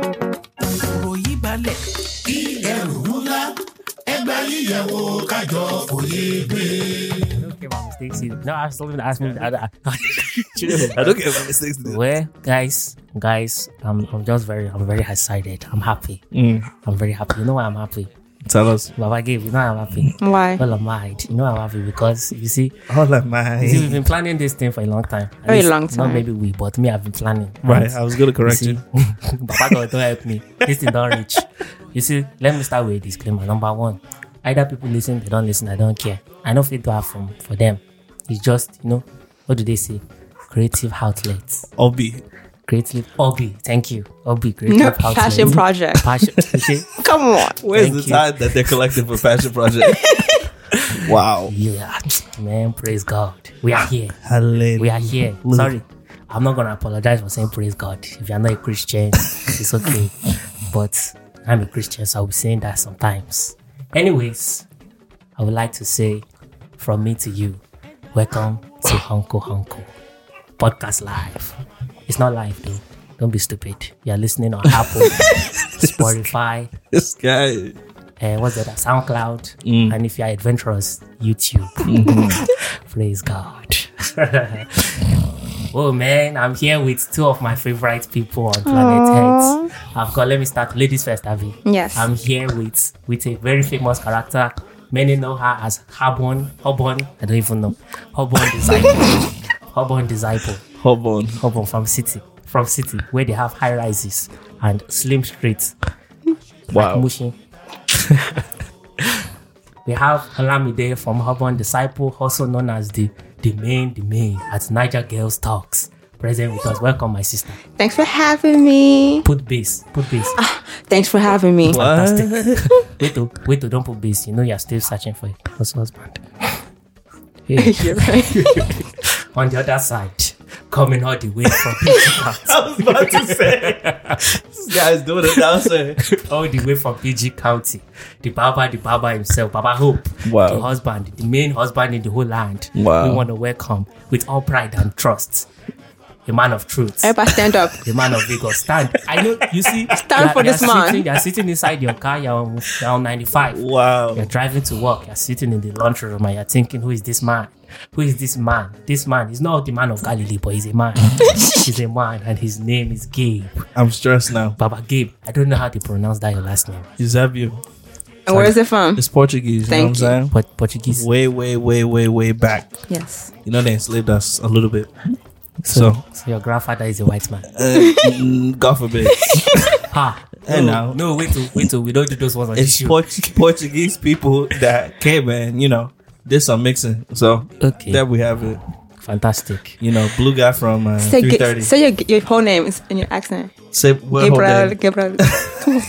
ìròyìn balẹ̀ kí ẹrù ńlá ẹgbẹ́ yíyẹ̀wò kájọ fòye gbé. don't care about mistakes either. No, I still even ask me. I, I, I don't care about mistakes. dude. where guys, guys, I'm, I'm just very, I'm very excited. I'm happy. I'm very happy. You know why I'm happy? Tell us. Baba gave. You know why I'm happy. Why? Well, I'm mad. You know why I'm happy because you see, All of you see, we've my. been planning this thing for a long time. At Very least, long Not time. maybe we, but me, I've been planning. Right, I was gonna correct See, you. Papa God don't help me. This thing don't reach. You see, let me start with a disclaimer. Number one, either people listen, they don't listen, I don't care. I know fit to have from for them. It's just, you know, what do they say? Creative outlets. Obi. Creative hobby. Thank you. Hobby, creative No outlets. passion project. Passion. Okay. Come on. Where's Thank the you. time that they're collecting for passion project? wow. Yeah. Man, praise God. We are here. Hallelujah. We are here. Look. Sorry. I'm not gonna apologize for saying praise God. If you're not a Christian, it's okay. But I'm a Christian, so I'll be saying that sometimes. Anyways, I would like to say from me to you, welcome to Honko Honko Podcast Live. It's not live though. Don't be stupid. You're listening on Apple, Spotify, This guy. uh, what's that? SoundCloud, and if you're adventurous, YouTube. Praise God. oh man, I'm here with two of my favorite people on planet Earth. I've got. Let me start. Ladies first, Abby. Yes. I'm here with with a very famous character. Many know her as Hobon. Hobon. I don't even know. Hobon disciple. Hobon disciple. Hold on. Hobon from city. From city where they have high rises and slim streets. Wow. Mushin. we have Halamide from Urban Disciple, also known as the the main the main at Niger Girls Talks. Present with us. Welcome, my sister. Thanks for having me. Put bass. Put bass. Thanks for having me. Fantastic. wait to wait to don't put bass. You know you're still searching for a first husband. Hey, You're right. on the other side, coming all the way from PG County. I was about to say. this guy's doing it now, sir. all the way from PG County. The Baba, the Baba himself, Baba Hope. Wow. The husband, the main husband in the whole land. Wow. We want to welcome with all pride and trust. A man of truth. Everybody stand up. The man of vigor. Stand. I know you see Stand for this man. Sitting, you're sitting inside your car, you're on, you're on 95. You're Wow. driving to work, you're sitting in the laundry room and you're thinking, Who is this man? Who is this man? This man is not the man of Galilee, but he's a man. he's a man and his name is Gabe. I'm stressed now. Baba Gabe. I don't know how to pronounce that your last name. Eusebio. And where's it from? It's Portuguese. You know Thank what I'm saying? But Portuguese. Way, way, way, way, way back. Yes. You know, they enslaved us a little bit. So, So, so your grandfather is a white man. uh, mm, God forbid. Ha! Hey, no, now. no, wait till wait till we don't do those ones on this It's show. Port- Portuguese people that came and, you know, did some mixing. So, Okay. there we have it. Fantastic. You know, blue guy from uh, Say, ge- 330. say your, your whole name is in your accent. Say, what whole Gabriel. day? Gabriel. You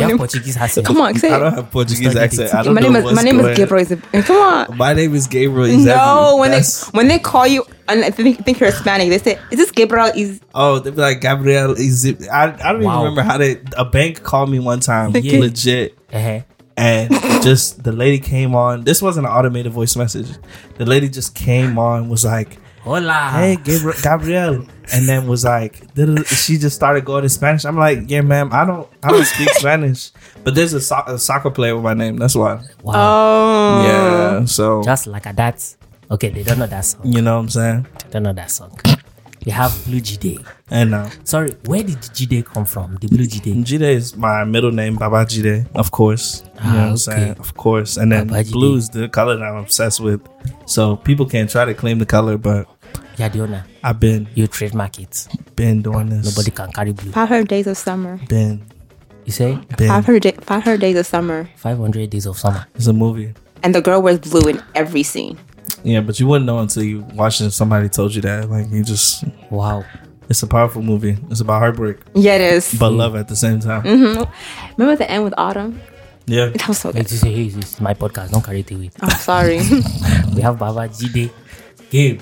have Portuguese accent. Come on, say I it. don't have Portuguese Studied accent. it. I don't My know name is what's my name is going- Gabriel. Isab- eh, Come on. My name is Gabriel. No, Eusebio. when they That's- when they call you and I think, think you're Hispanic, they say, "Is this Gabriel?" Is Oh, they be like Gabriel. Is it, I, I don't Wow. even remember how they. A bank called me one time, Yeah. legit, Uh-huh. and just the lady came on. This wasn't an automated voice message. The lady just came on, was like, Hola. "Hey, Gabriel," Gabriel and then was like, "Duh-duh-duh." she just started going in Spanish. I'm like, "Yeah, ma'am, I don't, I don't speak Spanish, but there's a, so- a soccer player with my name. That's why. Wow. oh yeah, so Just like a that. Okay, they don't know that song. you know what I'm saying. They don't know that song. We have Blue G Day. And uh, Sorry, where did G Day come from? The Blue G Day. Jide is my middle name, Baba Jide, of course. You know Ah, what I'm okay. saying? Of course. And then Baba Jide. blue is the color that I'm obsessed with. So people can try to claim the color, but Yeah, the owner. I've been You trademark it. been doing this. Ah, Nobody can carry blue. Five hundred days of summer. been You say Five been. hundred da- five hundred days of summer, 500 days of summer. It's a movie. and the girl wears blue in every scene. Yeah, but you wouldn't know until you watched it. and Somebody told you that. Like you just, Wow. it's a powerful movie. It's about heartbreak, Yeah, it is. but love at the same time. Mm-hmm. Remember the end with autumn? Yeah, That was so Hey, good. this is- hey, this is my podcast. Don't carry it away. I'm sorry. We have Baba Jide, Gabe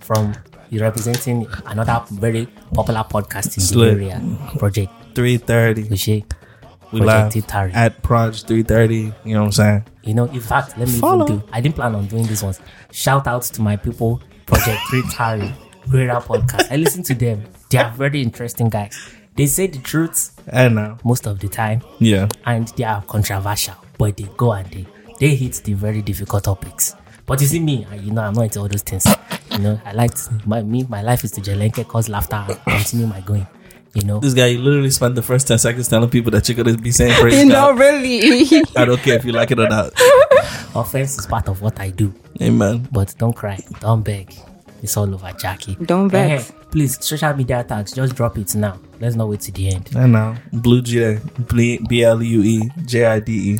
from You're representing another very popular podcast in Slit. the area, Project Three thirty. Uche. We live Project Titari. at Proj three thirty. You know what I'm saying? You know, in fact, let me Follow. even do. I didn't plan on doing this ones. Shout out to my people, Project Retari, Guerra Podcast. I listen to them. They are very interesting guys. They say the truth And now, most of the time, yeah, and they are controversial, but they go and they they hit the very difficult topics. But you see me, I- you know, I'm not into all those things. You know, I like to- my me. My life is to jelenke, cause laughter, and continue my going. You know, this guy you literally spent the first ten seconds telling people that you're gonna be saying praise You know, God. really. I don't care if you like it or not. offense is part of what I do. Amen. But don't cry, don't beg. It's all over, Jackie. Don't vex. Eh, please, social media tags, just drop it now. Let's not wait to the end. And now, Blue J, B L U E J I D E.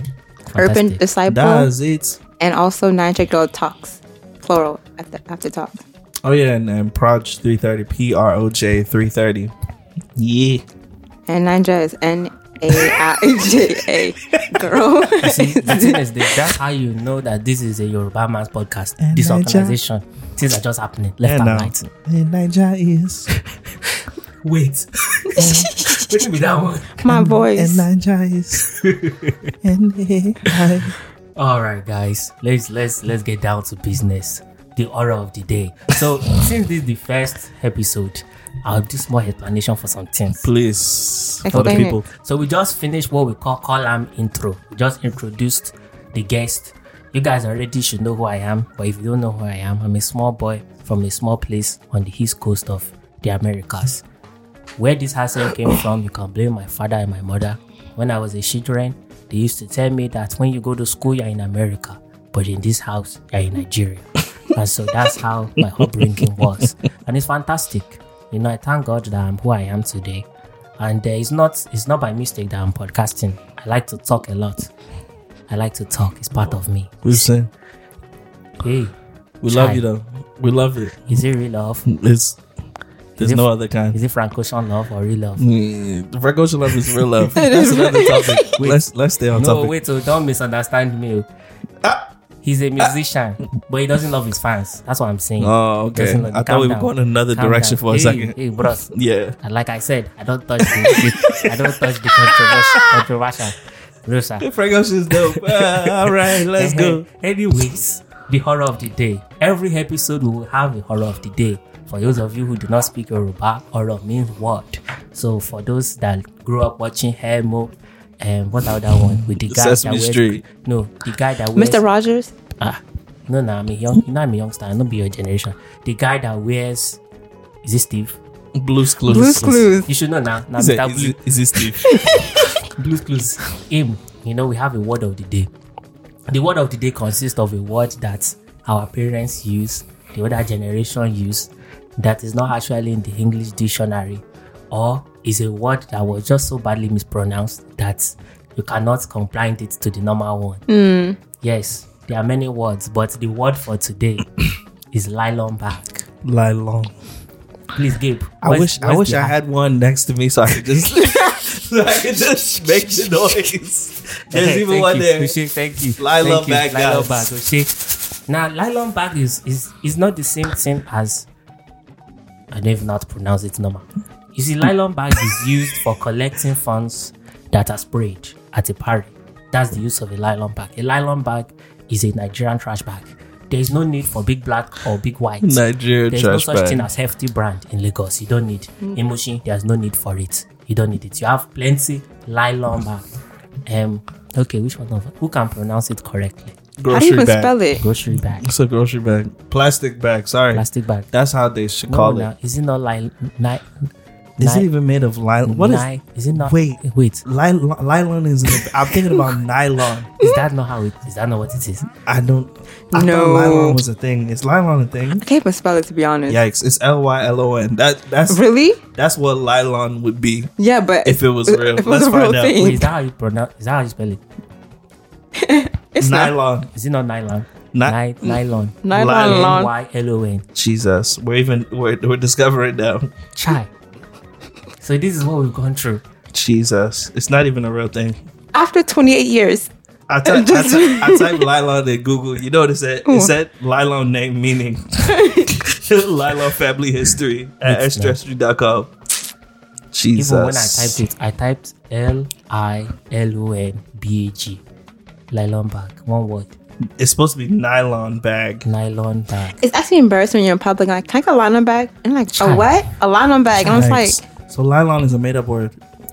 Urban Fantastic. Disciple That's it. and also Nine Jack Girl Talks. Plural at the after talk. Oh yeah, and, and Proj three thirty, P R O J three thirty. Yeah. And Ninja is N A I J A girl. See, the thing is that that's how you know that this is a Yoruba man's podcast. And this I just- organization, things are just happening left and, And now, right. and Niger is, Wait, wait me that one. My voice. and Niger is, and I. All right, guys, let's let's let's get down to business. The order of the day. So since this is the first episode, I'll do small explanation for some things. Please, for the Explain it. people. So we just finished what we call column intro. We just introduced the guest. You guys already should know who I am, but if you don't know who I am, I'm a small boy from a small place on the east coast of the Americas. Where this hassle came from, you can blame my father and my mother. When I was a children, they used to tell me that when you go to school, you're in America, but in this house, you're in Nigeria. and so that's how my upbringing was. And it's fantastic. You know, I thank God that I'm who I am today. And uh, it's not it's not by mistake that I'm podcasting. I like to talk a lot. I like to talk. It's part of me. We've seen. Hey, We Chai. love you though. We love it. is it real love? It's there's it- no other kind. Is it Franco love or real love? Mm, Virgo love is real love. That's another topic. Let's let's stay on No, topic. wait, oh, don't misunderstand me. He's a musician, but he doesn't love his fans. That's what I'm saying. Oh, He doesn't okay. love- I calm thought we were down. going another Calm direction down. for a Hey, second. Hey, bros. Yeah. And like I said, I don't touch the, I don't touch the controversial. controversial. Rosa. Franco's is dope. Ah, all right, let's go. Anyways, the horror of the day. Every episode we will have a horror of the day. For those of you who do not speak Yoruba, horror means what? So for those that grew up watching Hemo, and what other one with the guy Sesame that wears, Street. No, the guy that wears Mr. Rogers. ah, no, no, I'm a young, you know, I'm a youngster. I don't be your generation. The guy that wears is it Steve? Blue's Clues. Blue's Clues. You should know now. Now Is it, Mr. is, Blue. it, is it Steve? Blue's Clues. Aim. You know, we have a word of the day. The word of the day consists of a word that our parents use, the older generation use, that is not actually in the English dictionary, or is a word that was just so badly mispronounced that you cannot combine it to the normal one. Yes, there are many words, but the word for today is nylon bag. Lie long. Please, Gabe. I where's- wish I where's wish the I hat? had one next to me so I could just so I could just make the noise. There's Okay, even thank one you. there. Uche, thank you. Lylon Thank you. bag, Lylon guys. bag, Uche. Now, nylon bag is, is is not the same thing as I don't even know how to pronounce it normal. You see, nylon bag is used for collecting funds that are sprayed at a party. That's the use of a nylon bag. A nylon bag is a Nigerian trash bag. There is no need for big black or big white. Nigeria There's trash no such thing bag. as hefty brand in Lagos. You don't need in Mushin. There's no need for it. You don't need it. You have plenty nylon bag. Um, okay, which one of who can pronounce it correctly? How do you even spell it? Grocery bag, It's a grocery bag. Plastic bag, sorry. plastic bag. That's how they should No, call no, it. is it not like ni- Is ni- it even made of nylon? What is ni- is it not? Wait. wait. nylon? Nylon is. In the, I'm thinking about nylon. Is that not how it? Is that not what it is? I don't. I No. thought nylon was a thing. Is nylon a thing? I can't even spell it to be honest. Yikes! It's L Y L O N. That that's Really? that's what nylon would be Yeah, but if it was real. If it was Let's a find real out. thing. Wait, is that how you pronounce? Is that how you spell it? it's not Nylon. Is it not nylon? Ni- Ni- nylon. nylon Nylon. long. Y L O N. Jesus, we're even we're, we're discovering now. Chai. So this is what we've gone through. Jesus, it's not even a real thing. After 28 years, I ty- I ty- I typed nylon in Google. You know what it said? It said nylon name meaning. Lila family history at It's not. ancestry.com. Jesus. Even when I typed it, I typed L I L O N B A G. Nylon bag. One word. It's supposed to be nylon bag. Nylon bag. It's actually embarrassing when you're in public. Like, can I get a nylon bag? And like, Child. a what? A nylon bag? And I was like, so nylon is a made up word.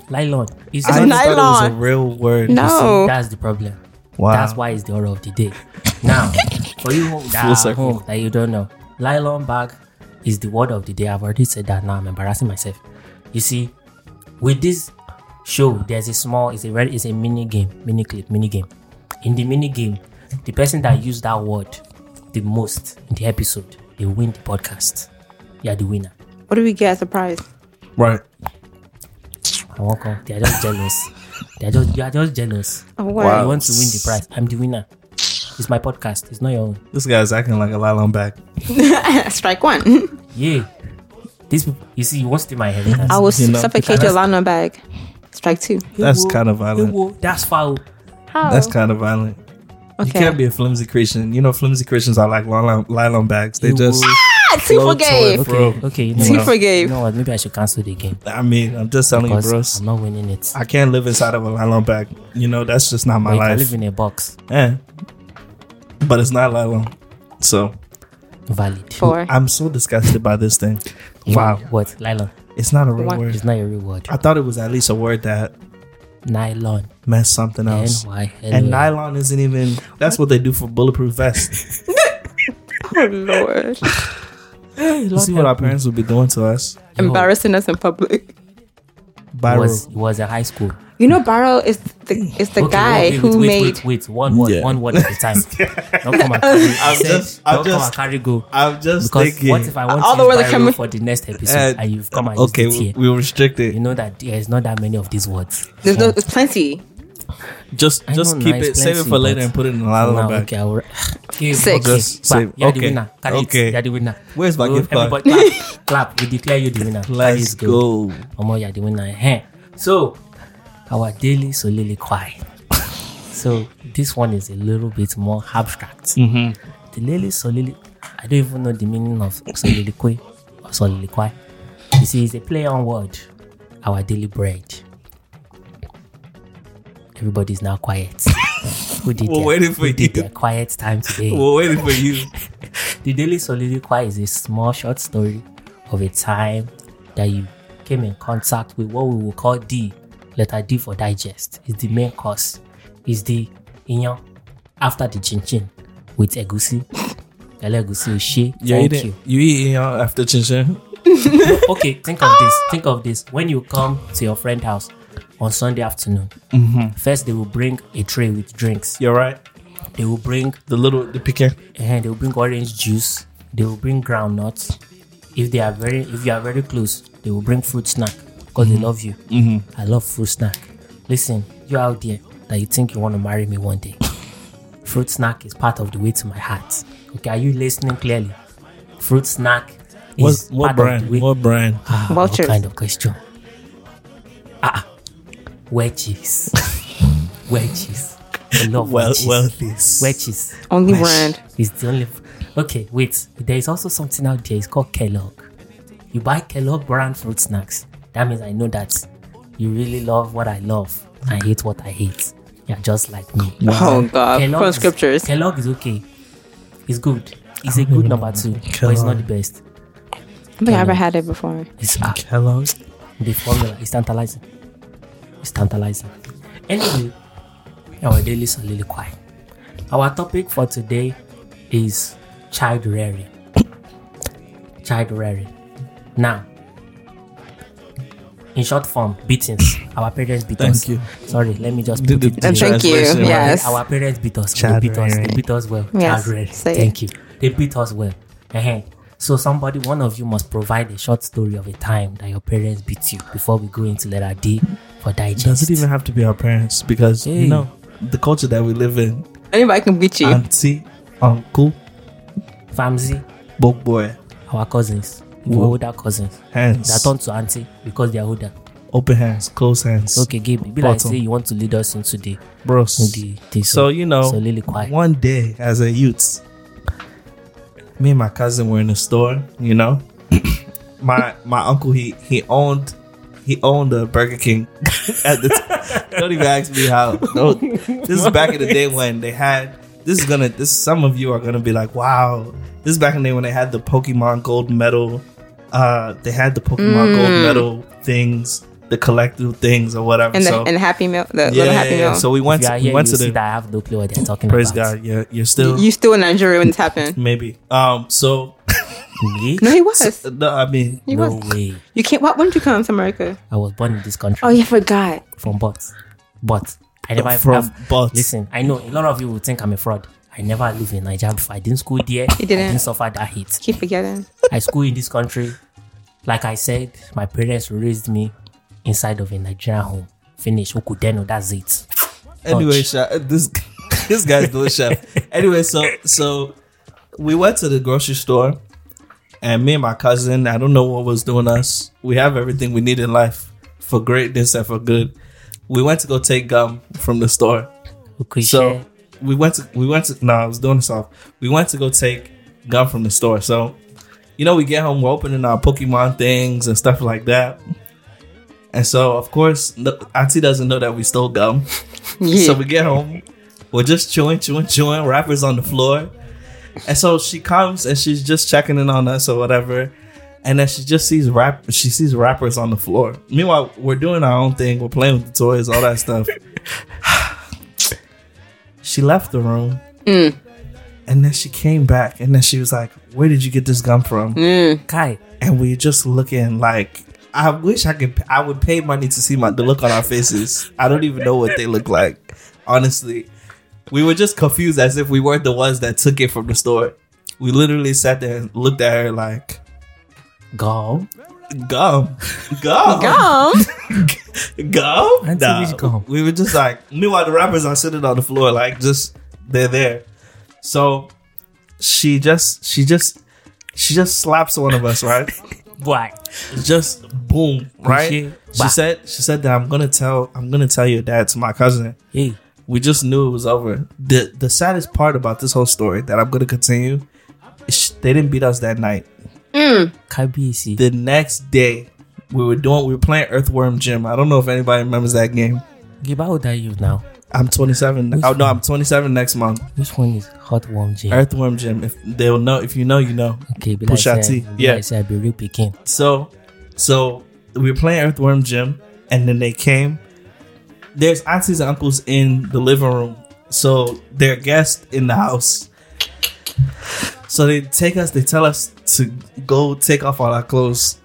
Nylon. It's I not- just thought it was a nylon. real word. No. See, that's the problem. Wow. That's why it's the order of the day. Now, for you that Full are circle. home that you don't know, nylon bag is the word of the day. I've already said that now. I'm embarrassing myself. You see, with this show, there's a small, it's a very, it's a mini game, mini clip, mini game. In the mini game, the person that used that word the most in the episode, they win the podcast. You're the winner. what do we get as a prize? Right. I won't come. They are just jealous. They are just, you are just jealous. A what? Wow. You want to win the prize. I'm the winner. It's my podcast. It's not your own. This guy's acting like a nylon bag. Strike one. Yeah. These people, you see, you won't steal my inheritance. I will You know, suffocate your nylon bag. Strike two. That's Ewo, kind of violent. ewo, That's foul. How? That's kind of violent. You Oh. Okay. can't be a flimsy Christian. You know, flimsy Christians are like nylon, nylon bags. They Ewo. just, Ah, two Flow forgave. toy. Okay, Bro. okay. You know She what? forgave. You know what? Maybe I should cancel the game I mean, I'm just telling you, because bros. I'm not winning it. I can't live inside of a nylon bag. You know, that's just not my But if I life. live in a box. Eh. But it's not nylon. So Valid. Four. I'm so disgusted by this thing. Wow. What? Nylon. It's not a real One. word. It's not a real word. I thought it was at least a word that Nylon. meant something N else. Y L O N. And nylon isn't even. That's what they do for bulletproof vests. Oh, Lord. You see what our parents would be doing to us? Yo, Embarrassing us in public. it Viral. Was it was a high school. You know, Barrow is the is the Okay, guy wait, wait, who wait, made. Wait, wait, one word, Yeah. one word at a time. Don't come and carry. I said, just- I'm don't come just- and carry go. I'm just Because what if I want All to the use words are Bible coming- for the next episode Uh, and you've come and okay, used it we, here? we will restrict you it. know that there's not that many of these words. There's Yeah. no, there's plenty. Just I just know, keep nice, it, save it plenty, for later, but- and put it in the For nylon now, bag. okay, I will- Okay, Six. okay, Just clap. save- You're the okay, winner. Carry okay. It. You're the winner. Where's my Go, gift card? Everybody clap. clap. We declare you the winner. Carry Let's it, go. go. Omo, you're the winner. Heh. So, our daily soliloquy. so, this one is a little bit more abstract. Mm-hmm. The daily soliloquy, I don't even know the meaning of soliloquy or soliloquy. You see, it's a play on word. Our daily bread. Everybody's now quiet. Who did We're their- waiting for who did you. their quiet time today? We're waiting for you. The Daily Soliloquy is a small short story of a time that you came in contact with what we will call D, letter D for digest. It's the main course. It's the inyo after the chin chin with egusi. Ele egusi oshie. You Thank eating? you. You eating y'all after chin chin? Okay, think of this. Think of this. When you come to your friend's house on Sunday afternoon, first they will bring a tray with drinks. You're right. They will bring The little the pecan. and they'll bring orange juice they will bring groundnuts if they are very if you are very close they will bring fruit snack because Mm-hmm. they love you i love fruit snack listen you out there that you think you want to marry me one day fruit snack is part of the way to my heart okay are you listening clearly fruit snack What is what part of brand? the way What brand? Ah, what Vultures. kind of question ah ah. wedges wedges I love Well, wedges. well, this. wedges Only brand. it's the only. Okay, wait. There is also something out there. It's called Kellogg. You buy Kellogg brand fruit snacks. That means I know that you really love what I love and hate what I hate. You're just like me. Oh God. Kellogg From is- scriptures. Kellogg is okay. It's good. It's a good number two, but it's not the best. I don't think I ever had it before. It's ah, Hello. the formula is tantalizing. It's tantalizing. Anyway, our daily soliloquy. Our topic for today is child rearing. child rearing. Now, in short form, beatings. Our parents beat Thank us. you. Sorry, let me just The- put the- it the And thank you. translation, right? Yes. our parents beat us. Child they beat us. They rearing. beat us well. Yes, Child rearing. say it. Thank you. They beat us well. Ehen. So somebody, one of you must provide a short story of a time that your parents beat you before we go into letter D for digest. Does it even have to be our parents? Because Hey. you know the culture that we live in. Anybody can beat you. Auntie, uncle, Famzy, big boy, our cousins, our Whoa. older cousins. They are hands, turned to auntie because they are older. open hands, close hands, Okay, Gabe, it be like Bottom. say you want to lead us into the bros. the, the So you know, soliloquy. one day as a youth, me and my cousin were in the store, you know. my my uncle he he owned he owned a Burger King at the t- Don't even ask me how. No, this is back in the day when they had this is gonna this some of you are gonna be like, wow. This is back in the day when they had the Pokemon gold medal uh they had the Mm. Pokemon gold medal things, the collectible things or whatever. And the so and Happy Meal, the yeah, little Happy yeah, Meal. yeah. So we went If you to, are we here, went you to see the that I have no clue what they're talking praise about. God. Yeah, you're still you still in Nigeria when this happened? maybe. Um so Me? No, he was. no, I mean He No was. way. You can't. Why, when did you come to America? I was born in this country. Oh, you forgot. From but. But. I never from I've- but Listen, I know a lot of you will think I'm a fraud. I never lived in Nigeria before. I didn't school there. I didn't. didn't suffer that hate. Keep forgetting. I school in this country. Like I said, my parents raised me inside of a Nigerian home. Finish. Okudeno, that's it. Anyway, Ouch. sha- this this guy's doing chef. Anyway, so so we went to the grocery store, and me and my cousin, I don't know what was doing us. We have everything we need in life for greatness and for good. We went to go take gum from the store. Okwishe. So we went to we went to no, I was doing this off. We went to go take gum from the store. So you know, we get home, we're opening our Pokemon things and stuff like that. And so, of course, the, Auntie doesn't know that we stole gum. Yeah. So we get home, we're just chewing, chewing, chewing, wrappers on the floor. And so she comes and she's just checking in on us or whatever. And then she just sees rap she sees rappers on the floor. Meanwhile, we're doing our own thing, we're playing with the toys, all that stuff. she left the room. And then she came back and then she was like, Where did you get this gum from? Kai, And we are just looking like I wish I could I would pay money to see my the look on our faces. I don't even know what they look like. Honestly. We were just confused as if we weren't the ones that took it from the store. We literally sat there and looked at her like go. gum. Gum. Um, Gum? Auntie, which gum? We were just like, meanwhile, the rappers are sitting on the floor, like just they're there. So she just, she just, she just slaps one of us, right? Why? just boom, right? she- She, bah. said, she said that I'm gonna tell, I'm gonna tell your dad to my cousin. Hey, We just knew it was over. the The saddest part about this whole story that I'm gonna continue, is sh- they didn't beat us that night. Kai BC. The next day, we were doing, we were playing Earthworm Jim. I don't know if anybody remembers that game. Give out that you now. I'm 27. Oh no, I'm 27 next month. Which one is hot warm J? Earthworm Jim. If they'll know, if you know, you know. Okay, be Pusha like, say, T, be yeah. like, say, I be real picking. So, so we were playing Earthworm Jim, and then they came. There's aunties and uncles in the living room, so they're guests in the house. So they take us. They tell us to go take off all our clothes.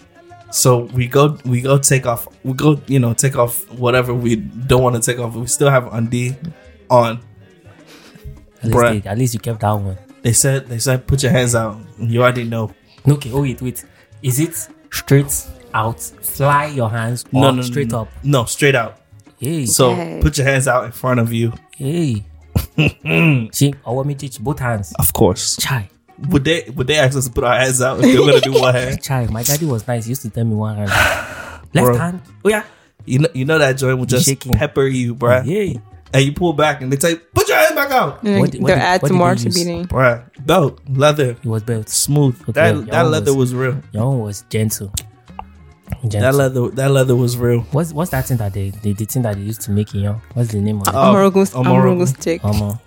So we go, we go take off, we go, you know, take off whatever we don't want to take off. We still have undie on. At least, Bruh. they- at least you kept that one. They said, they said, put your hands out. You already know. No, Okay, oh wait, wait. Is it straight out, fly your hands, or No, no, no, straight no. up? Oh. No, straight out. Hey, So Okay. put your hands out in front of you. hey. See, our midget, both hands. Of course. Chai, Would they would they ask us to put our hands out if they were gonna do one hand? chai. My daddy was nice. He used to tell me one hand. Left Bro. hand. Oh yeah. You know, you know that joint will just Shaking. pepper you, bruh. Hey. And you pull back and they say, "Put your hands back out, they'll What did- what did- add what some did Mm, more they to use? beating. bruh." Belt, leather, It was belt. smooth. Okay, that that y'all leather was- was, real. Your own was gentle. gentle. That leather that leather was real. what's what's that thing that they, they the thing that they used to make in young? What's the name of it? Oh, Omorogun, Omorogun. Omorogun stick. Omo,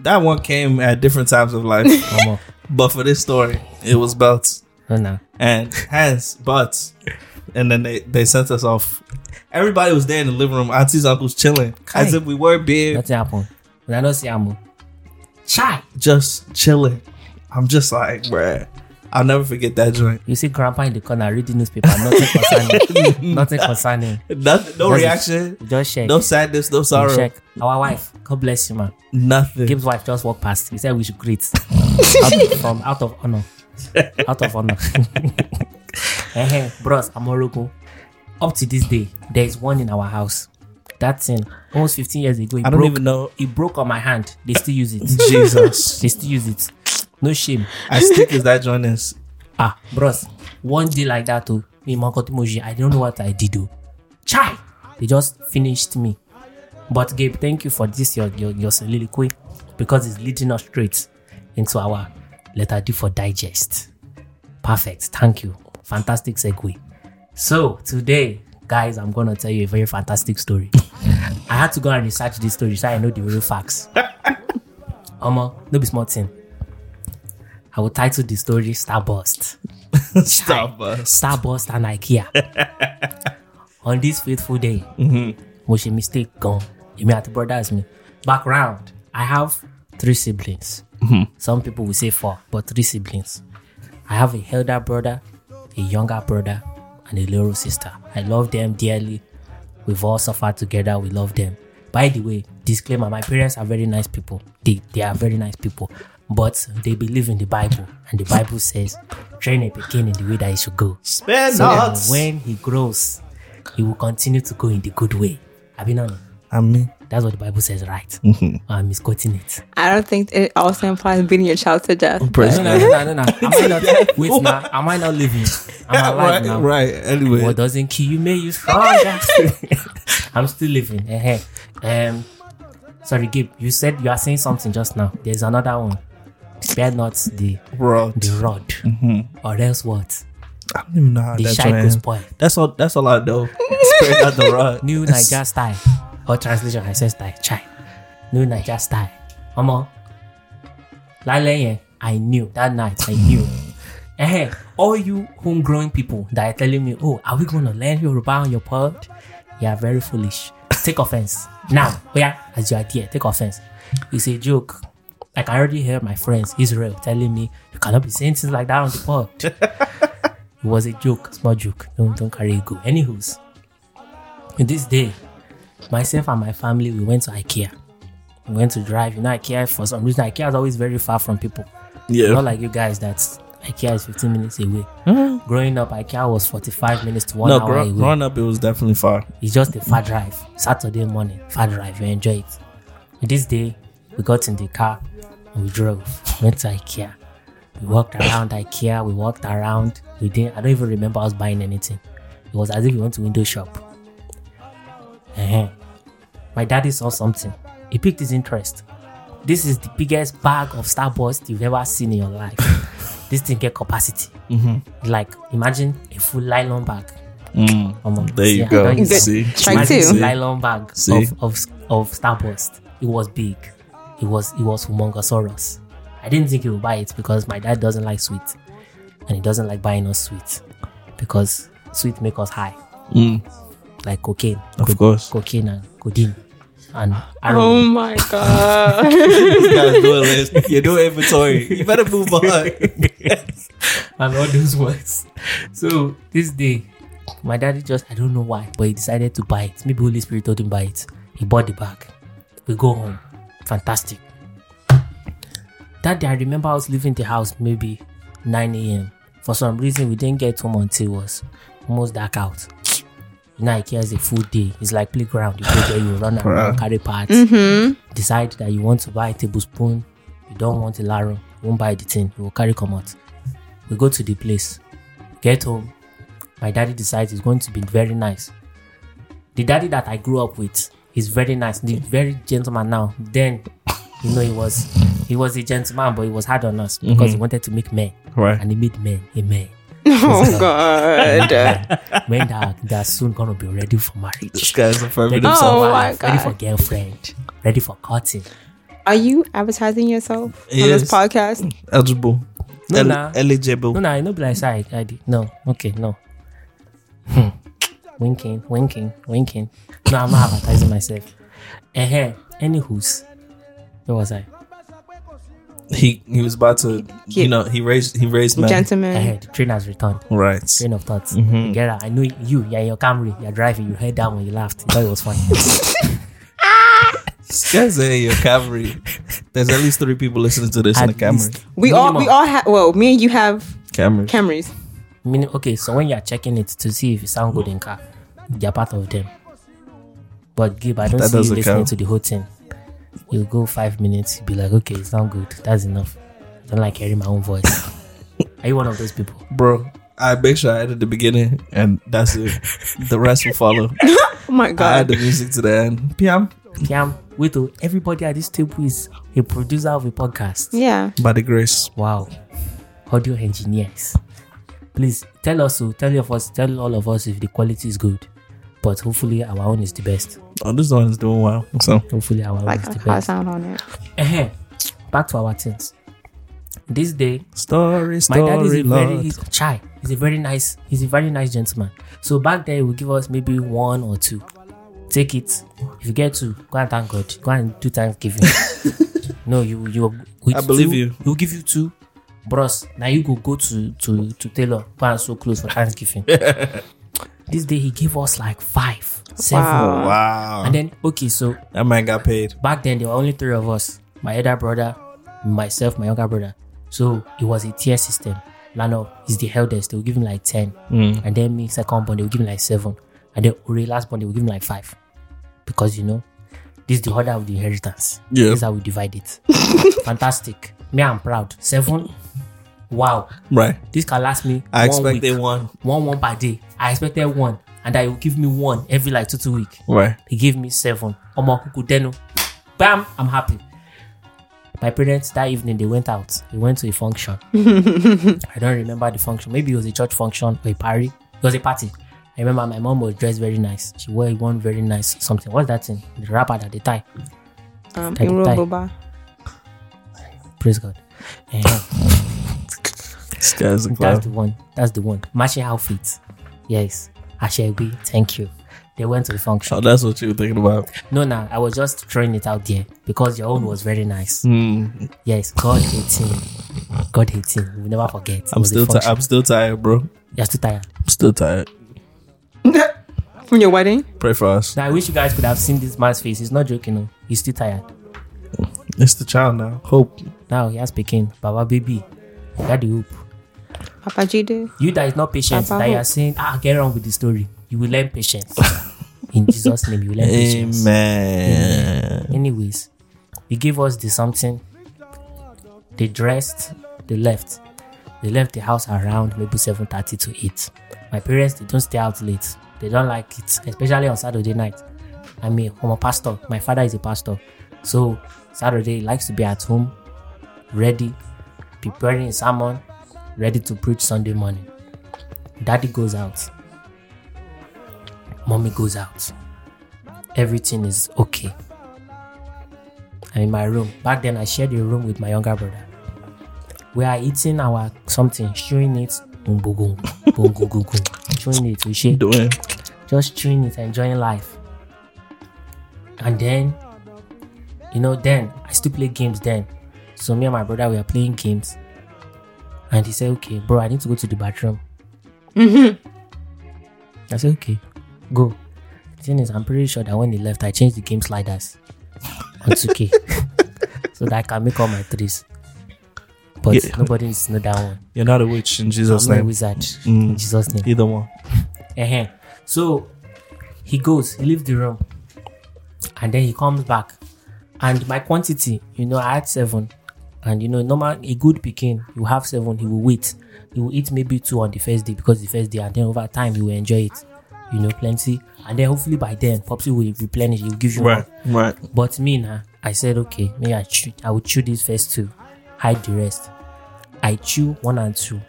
That one came at different times of life, omo. but for this story, it was belts No, no. and hands, butts, and then they they sent us off. Everybody was there in the living room, aunties, uncles chilling, as Kai. if we were being Nothing happened. When I don't see Amo. Chai. just chilling. I'm just like, bruh, I'll never forget that joint. You see grandpa in the corner reading newspaper, nothing concerning. nothing concerning. Nothing, no Just- reaction, Just check. no sadness, no sorrow, Check. Our wife. God bless you, man. nothing. Gabe's wife just walked past. He said we should greet. out, from out of honor. Out of honor. Eh, eh, Bros, Amorogo. Up to this day, there is one in our house. That thing, almost 15 years ago, it I don't broke. even know. It broke on my hand. They still use it. Jesus, they still use it. No shame. as thick as that joint is, Ah, bros, one day like that, too. Me, and my uncle Timoji, I don't know what I did, though. Chai! They just finished me. But, Gabe, thank you for this, your, your, your soliloquy, because it's leading us straight into our letter D for digest. Perfect. Thank you. Fantastic segue. So today, guys, I'm gonna tell you a very fantastic story. I had to go and research this story so I know the real facts. Omo, no be small thing. I will title the story Starburst. Stop us. Starburst and IKEA. On this fateful day, mo ṣe mistake gan. Èmi àti brothers mi. Background, I have three siblings. Some people will say four, but three siblings. I have a elder brother, a younger brother, and a little sister. I love them dearly. We've all suffered together. We love them. By the way, disclaimer: my parents are very nice people. They they are very nice people, but they believe in the Bible, and the Bible says, "Train a pekin in the way that he should go." Spare So that not. when he grows, he will continue to go in the good way. Abinano, I mean, that's what the Bible says, right? Mm-hmm. Ah, I'm misquoting it. I don't think it also implies beating your child to death. praise No, no, no, no, no, no. Am I not, wait, now, am I not living? I'm alive right, now. right. Anyway, What doesn't kill you may you stronger. I'm still living. eh, eh. Um, sorry, Gabe, you said you are saying something just now. There's another one. Spare not the, bro, the rod, Mm-hmm. or else what? I don't even know how The that shy goes trans- spoil. That's all. That's all I know. Spare not the rod. New That's- Niger style. Or translation, I say style. Chai. New Niger style. Omo. Lálẹ́ yẹn, I knew that night, I knew. Eh, all you homegrown people that are telling me, oh, are we going to learn Yoruba on your pod? You are very foolish. Take offense. Now, where, as you are there, take offense. It's a joke. Like I already heard my friends, Israel, telling me, you cannot be saying things like that on the pod. it was a joke, small joke. Don't, don't carry it go. Anywho's, in this day, myself and my family we went to IKEA. We went to drive. You know, IKEA for some reason IKEA is always very far from people. Yeah. Not like you guys that IKEA is 15 minutes away. Growing up, IKEA was 45 minutes to one Mm. No, hour grow- away. growing up, it was definitely far. It's just a far drive. Saturday morning, far drive. You enjoy it. On This day, we got in the car and we drove. Went to IKEA. We walked around IKEA. We walked around. We didn't. I don't even remember us buying anything. It was as if we went to window shop. Eh-heh. My daddy saw something. He picked his interest. This is the biggest bag of Starburst you've ever seen in your life. this thing get capacity. Mm-hmm. Like imagine a full nylon bag. Omo, Mm. There see, you I go. don't use them. See, Try Like Imagine two. a nylon bag See? of, of of Starburst. It was big. It was it was humongousaurus. I didn't think he would buy it because my dad doesn't like sweet, and he doesn't like buying us sweet because sweet make us high, like cocaine, Of course. cocaine and codeine, and Oh heroin. my god. You gotta do a list. You do inventory. You better move on. and all those words. So this day, my daddy just I don't know why, but he decided to buy it. Maybe Holy Spirit told him buy it. He bought the bag. We go home. Fantastic. That day I remember I was leaving the house maybe 9 a.m. For some reason we didn't get home until it was almost dark out. You know, IKEA is a full day. It's like playground. You go there, you run around, carry parts. Decide that you want to buy a tablespoon. You don't want a larum. You won't buy the thing. You will carry come out. We go to the place, get home. My daddy decides it's going to be very nice. The daddy that I grew up with is very nice. The very gentleman now. Then, you know, he was he was a gentleman, but he was hard on us because he wanted to make men, Right. and he made men a man. Oh god. Men that are, that are soon gonna be ready for This marriage, guy's affirmative. ready for Oh wife, my ready God. for girlfriend, ready for cutting. Are you advertising yourself on Yes. this podcast? Eligible. No, El- nah. Eligible. No, no, I know be like say I, I did. No, okay, no. Hmm. winking, winking, winking. No, I'm not advertising myself. Eh, anywho's. Where was I? He he was about to. You know he raised he raised man. Gentlemen. Eh, the train has returned. Right. Train of thoughts. Get out. I know you. You're in your Camry. You're driving. You head down when you laughed. You thought it was funny. This guy's in eh, your cavalry. There's at least three people listening to this in At the camera. least We all we minimum. all have well, me and you have Camera. Camrys. Meaning, okay, so when you're checking it to see if you sound good in car, you're part of them. But Gib, I don't That see you doesn't listening count. to the whole thing. You go five minutes, you be like, okay, it sound good. That's enough. I don't like hearing my own voice. Are you one of those people? bro. I make sure I edit the beginning, and that's it. the rest will follow. Oh my I add god. the music to the end. Piam. Piam, oh, wait, till everybody at this table is a producer of a podcast. Yeah. By the grace. Wow. audio engineers. Please tell us, so tell of us, tell all of us if the quality is good. But hopefully our own is the best. Oh, this one is doing well. So Hopefully our Like own is the how I best. sound on it. Ehem. Back to our things. This day, story, my story, dad is a very Lord. he's shy. He's a very nice. He's a very nice gentleman. So back there, he will give us maybe one or two. Take it. If you get two, go and thank God. Go and do Thanksgiving. no, you you. With I believe two, you. He'll give you two. Bros, now you go go to to to tailor go and sew clothes for Thanksgiving. this day he gave us like five, seven, Wow. Wow, and then okay. So that man got paid. back then there were only three of us my elder brother myself my younger brother so it was a tier system lano is the eldest they will give him like 10 Mm. and then me second born they will give him like 7 and then Uri, last born they will give him like 5 because you know this is the order of the inheritance Yeah. this is how we divide it fantastic me i'm proud 7 wow Right. this can last me one I expect week. they won. one one per day i expected one and that he will give me one every like two two week Right. he gave me seven. Omo kuku denu. Bam, I'm happy. My parents that evening they went out. They went to a function. I don't remember the function. Maybe it was a church function or a party. It was a party. I remember my mom was dressed very nice. She wore one very nice something. What's that thing? The wrapper that they tie. Um, Type of Iro tie. Boba. Praise God. Eh, This guy's a That's clown. the one. That's the one. Matching outfit. Yes. Ashegbi, thank you. They went to the function. Oh, that's what you were thinking about. No, no, I was just throwing it out there because your own was very nice. Hmm. Yes, God 18. God 18. We'll never forget. It I'm was a still, ti- function. I'm still tired, bro. You're still tired. I'm still tired. From your wedding? Pray for us. Now, I wish you guys could have seen this man's face. He's not joking. No. He's still tired. It's the child now. Hope. Now he has Peking. Baba baby. Daddy hope. Papa G did. You that is not patient, Papa that you are hope. saying, ah, get on with the story. You will learn patience. In Jesus' name, you will learn patience. Amen. Anyways, he gave us the something. They dressed, they left. They left the house around maybe 7:30 to 8. My parents they don't stay out late. They don't like it, especially on Saturday night. I mean, I'm a pastor. My father is a pastor. So Saturday he likes to be at home, ready, preparing a sermon, ready to preach Sunday morning. Daddy goes out. Mommy goes out. Everything is okay. I'm in my room. Back then, I shared a room with my younger brother. We are eating our something, chewing it, bungugung, bungugung, chewing it, we shake, Doing. just chewing it, enjoying life. And then, you know, then I still play games. Then, so me and my brother we are playing games, and he said, "Okay, bro, I need to go to the bathroom." I said, "Okay, go." The thing is, I'm pretty sure that when he left, I changed the game sliders on 2K so that I can make all my threes. But Yeah. nobody needs to know that one. You're not a witch in Jesus' I'm not a name. wizard. In Jesus' name. Either one. Ehen. So he goes, he leaves the room, and then he comes back. And my quantity, you know, I had seven. And you know, normal a good picking, you have seven, he will wait. He will eat maybe two on the first day because the first day, and then over time he will enjoy it. You know, plenty. And then hopefully by then, Popsy will replenish, he will give you more. Right. Right. But me now, I said, okay, me I chew, I will chew these first two, hide the rest. I chew one and two.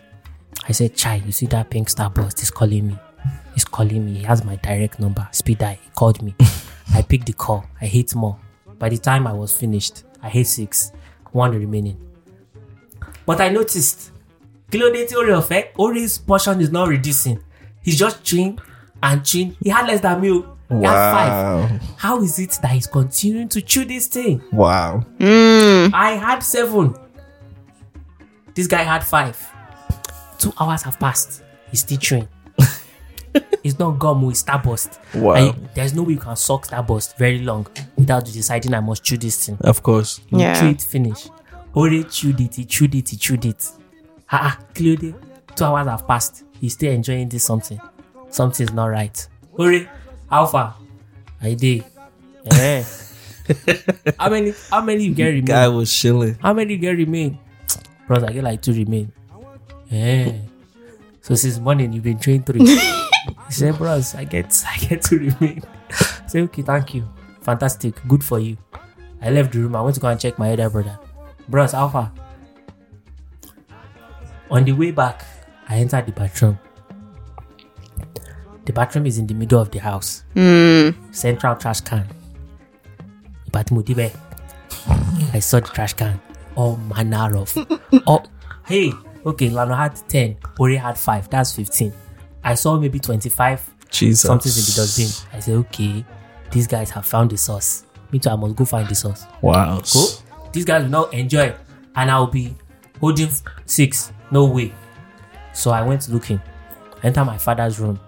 I said, Chai, you see that pink star bus? He's calling me. He's calling me. He has my direct number. Speed dial. He called me. I picked the call. I hit more. By the time I was finished, I hit six. One remaining. But I noticed Kilodate Ori effect, Ori's portion is not reducing. He's just chewing and chewing. He had less than me. oh. He had five Wow. how is it that he's continuing to chew this thing? Wow. I had seven. This guy had five. Two hours have passed. He's still chewing. it's not gum, oh, it's starburst. Wow. And there's no way you can suck starburst very long without deciding I must chew this thing. Of course. You Yeah. chew it, finish. Already chewed it, he chewed it, he chewed it. Ah, ah, clearly, two hours have passed. He's still enjoying this something. Something's not right. Ori, Alpha, I did. Eh. how many? How many you get remain? Guy was chilling. How many you get remain? Bros, I get like two remain. Eh. So since morning you've been chewing three. he said, Bros, I get I get two remain. I said, okay, thank you. Fantastic. Good for you. I left the room. I went to go and check my elder brother. Bros, Alpha. On the way back, I entered the bathroom. The bathroom is in the middle of the house. Central trash can. But Mudibe, I saw the trash can. All manner of. all, hey, okay, Lano had 10, Ori had 5, that's 15. I saw maybe 25 Jesus. something's in the dustbin. I said, okay, these guys have found the sauce. Me too, I must go find the sauce. Wow. Go. These guys will not enjoy, and I'll be holding f- six. No way. So I went looking. Enter my father's room.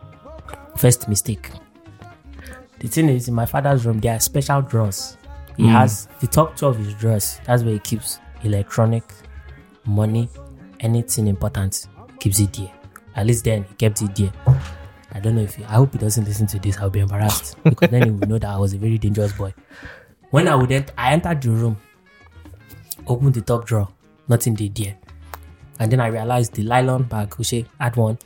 First mistake. The thing is, in my father's room, there are special drawers. He has the top two of his drawers. That's where he keeps electronic, money, anything important. Keeps it there. At least then he kept it there. I don't know if he, I hope he doesn't listen to this. I'll be embarrassed because then he will know that I was a very dangerous boy. When I would ent- I entered the room, opened the top drawer, nothing did there. And then I realized the nylon bag, Ushe had one,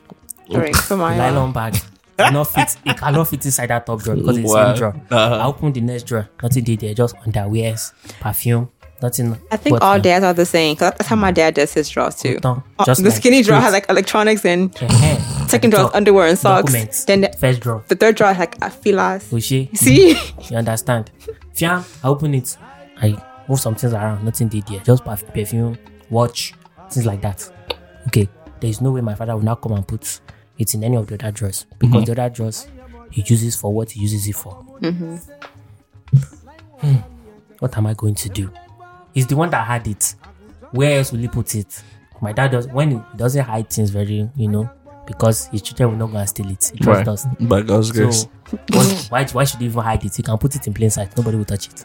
Sorry, come the on. nylon bag cannot fit, it cannot fit inside that top drawer because it's Wow. one drawer. I opened the next drawer, nothing did there, just underwears, perfume, nothing. I think but uh, all a dads are the same. 'cause that's how my dad does his drawers too. button, Uh, just the like skinny drawer this. has like electronics and Eh-heh. second At the drawer is top, underwear and socks. Documents. Then the, first drawer, the third drawer is like a filas. Ushe. See? You understand? Fiam, I open it. I move some things around. Nothing did there. Just perf- perfume, watch, things like that. Okay. There is no way my father will now come and put it in any of the other drawers because the other drawers he uses for what he uses it for. Hmm, What am I going to do? He's the one that had it. Where else will he put it? My dad does when he doesn't hide things very, you know, because his children will not go and steal it. He trusts Right. us. But God's grace. So why, why, why should you even hide it? You can put it in plain sight. Nobody will touch it.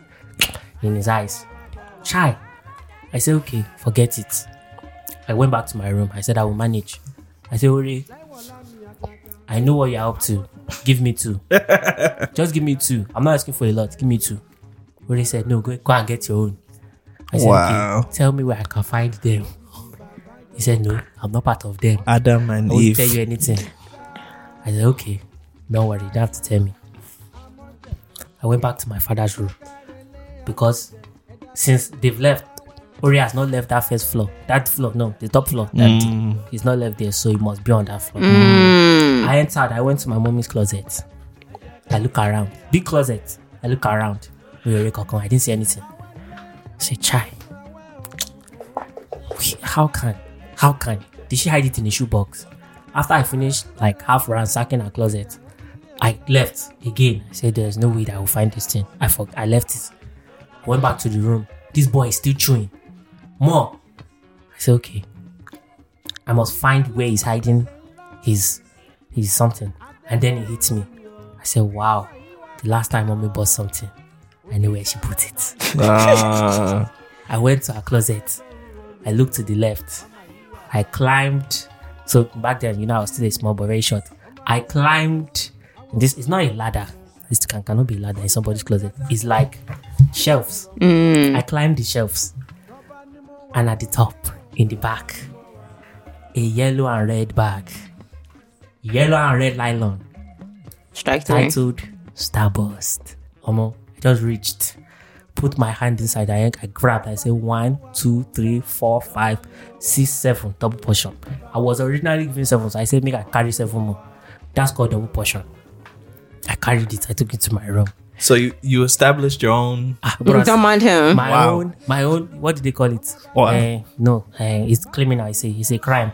In his eyes. Try. I said, okay, forget it. I went back to my room. I said, I will manage. I said, Ori, I know what you're up to. Give me two. Just give me two. I'm not asking for a lot. Give me two. Ori said, no, go, go and get your own. I said, Wow. okay, tell me where I can find them. He said, no, I'm not part of them. Adam and I won't Eve. tell you anything. I said, okay, don't worry, you don't have to tell me. I went back to my father's room because since they've left, Ori has not left that first floor. That floor, no, the top floor. That He's not left there, so he must be on that floor. I entered, I went to my mommy's closet. I look around. Big closet. I look around. Ori, Ori, Kokon, I didn't see anything. I say, Chai. How can? How can? Did she hide it in the shoebox? After I finished like half ransacking her closet, I left again. I said there's no way that I will find this thing. I for- I left it. I went back to the room. This boy is still chewing. More. I said, okay. I must find where he's hiding his his something. And then it hits me. I said, wow. The last time mommy bought something, I knew where she put it. Ah. I went to her closet. I looked to the left. I climbed. So back then, you know, I was still a small boy, very short. I climbed. This is not a ladder. This can, cannot be a ladder in somebody's closet. It's like shelves. I climbed the shelves. And at the top, in the back, a yellow and red bag. Yellow and red nylon Strike three. titled Starburst. Omo, I just reached, put my hand inside. I, I grabbed. I said one, two, three, four, five, six, seven. Double portion. I was originally given seven, so I said make I carry seven more. That's called double portion. I carried it. I took it to my room. So you, you established your own. Ah, bros, Don't mind him. my Wow. own, my own. What do they call it? Wow. Eh, no, eh, it's criminal. It's a, it's a crime.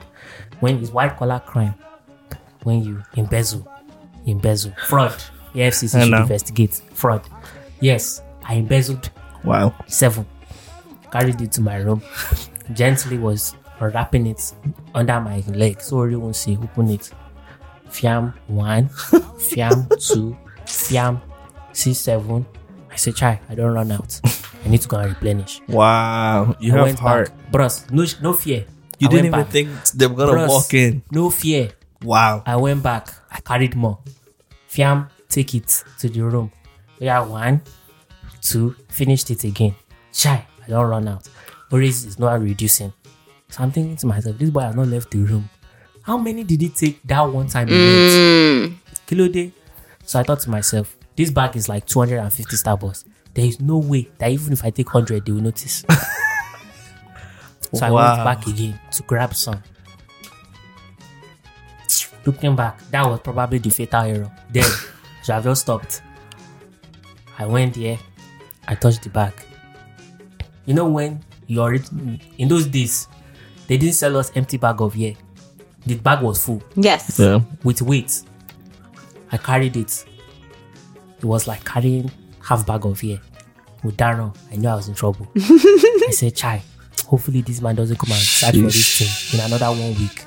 When it's white collar crime, when you embezzle, embezzle, fraud. The FCC I should know. investigate fraud. Yes, I embezzled Wow. seven. Carried it to my room. Gently was unwrapping it under my leg. So you won't see. Open it. Fiam one, fiam two, fiam six seven. I said, try. I don't run out. I need to go and replenish. Wow. You I have went heart. back. Bros, no, sh- no fear. You I didn't even went back. think they were gonna Bros, walk in. No fear. Wow. I went back. I carried more. Fiam, take it to the room. Yeah, one, two, finished it again. Chai, I don't run out. Boris is not reducing. So I'm thinking to myself, this boy has not left the room. How many did he take that one time he went? Kilo day. So I thought to myself, this bag is like 250 Starbucks. There is no way that even if I take 100, they will notice. so I Wow. went back again to grab some. Looking back, that was probably the fatal error. Then, I should have just stopped. I went there. I touched the bag. You know when you already in those days, they didn't sell us empty bag of year. The bag was full Yes. Yeah. with weight. I carried it. It was like carrying half bag of hair. With that run, I knew I was in trouble. I said, Chai, hopefully this man doesn't come and search for this thing in another one week.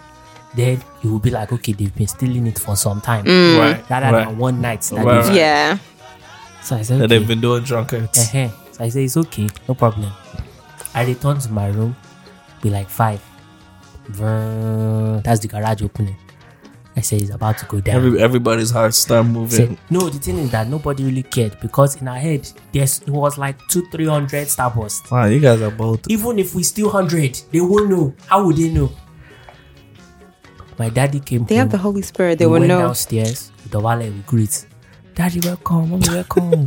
Then it will be like, okay, they've been stealing it for some time. Right. Rather right. than one night. That Right, they- right. Yeah. So I said, That okay. they've been doing drunkards. Uh-huh. So I said, it's okay, no problem. I returned to my room, be like five. Vroom. That's the garage opening. I said, it's about to go down. Every, everybody's heart start moving. Say- no, the thing is that nobody really cared because in our head, there's it was like two, three hundred Starburst. Wow, you guys are both. Even if we steal hundred, they won't know. How would they know? My daddy came They home. have the Holy Spirit. They we will went know. downstairs. The valet we greet. Daddy, welcome. Mommy, welcome.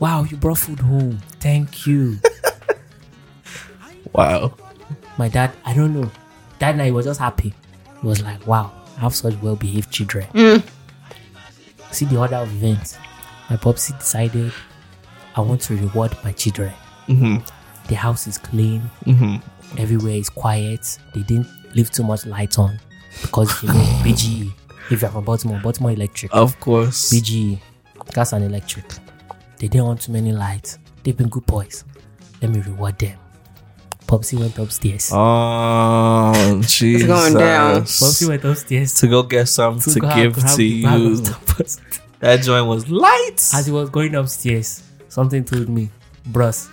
wow, you brought food home. Thank you. Wow. My dad, I don't know. That night he was just happy. He was like, wow, I have such well behaved children. See the order of events. My popsy decided I want to reward my children. The house is clean, everywhere is quiet. They didn't leave too much light on because you know BGE. If you're from Baltimore, Baltimore Electric, Of course. BGE, gas and electric. They didn't want too many lights. They've been good boys. Let me reward them. Popsy went upstairs. Oh, Jesus. going down. Popsy went upstairs To go get some to, go give grab to the bag of you. Starburst. That joint was lights. As he was going upstairs, something told me, bros,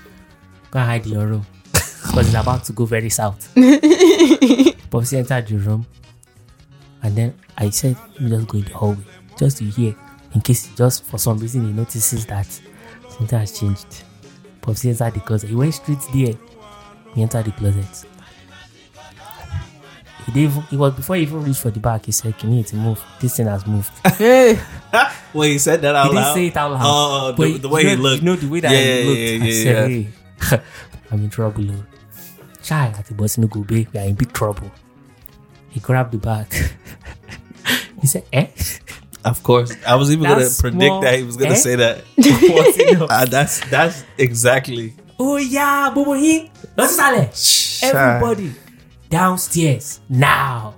go and hide in your room. Because it's about to go very south. Popsy entered the room. And then I said, let me just go in the hallway. Just to hear, in case he just for some reason he notices that something has changed. Popsy entered the closet. He went straight there. He entered the closet. He didn't even, it was before he even reached for the back. He said, Can you move? This thing has moved. Hey. Wait, you said that He out didn't loud? say it out loud. Oh, But the, the way you he know- looked. You know, the way that Yeah, he yeah, looked. yeah, I yeah, said, hey, I'm in trouble. oh." Chai, at the boss no go babe. We are in big trouble. He grabbed the bag. he said, eh? Of course. I was even going to That's predict small, that he was going to eh? say that. What's in your- Ah, that's that's exactly. oh, yeah, Bobo, he. Not Sale. eh?" Everybody downstairs now.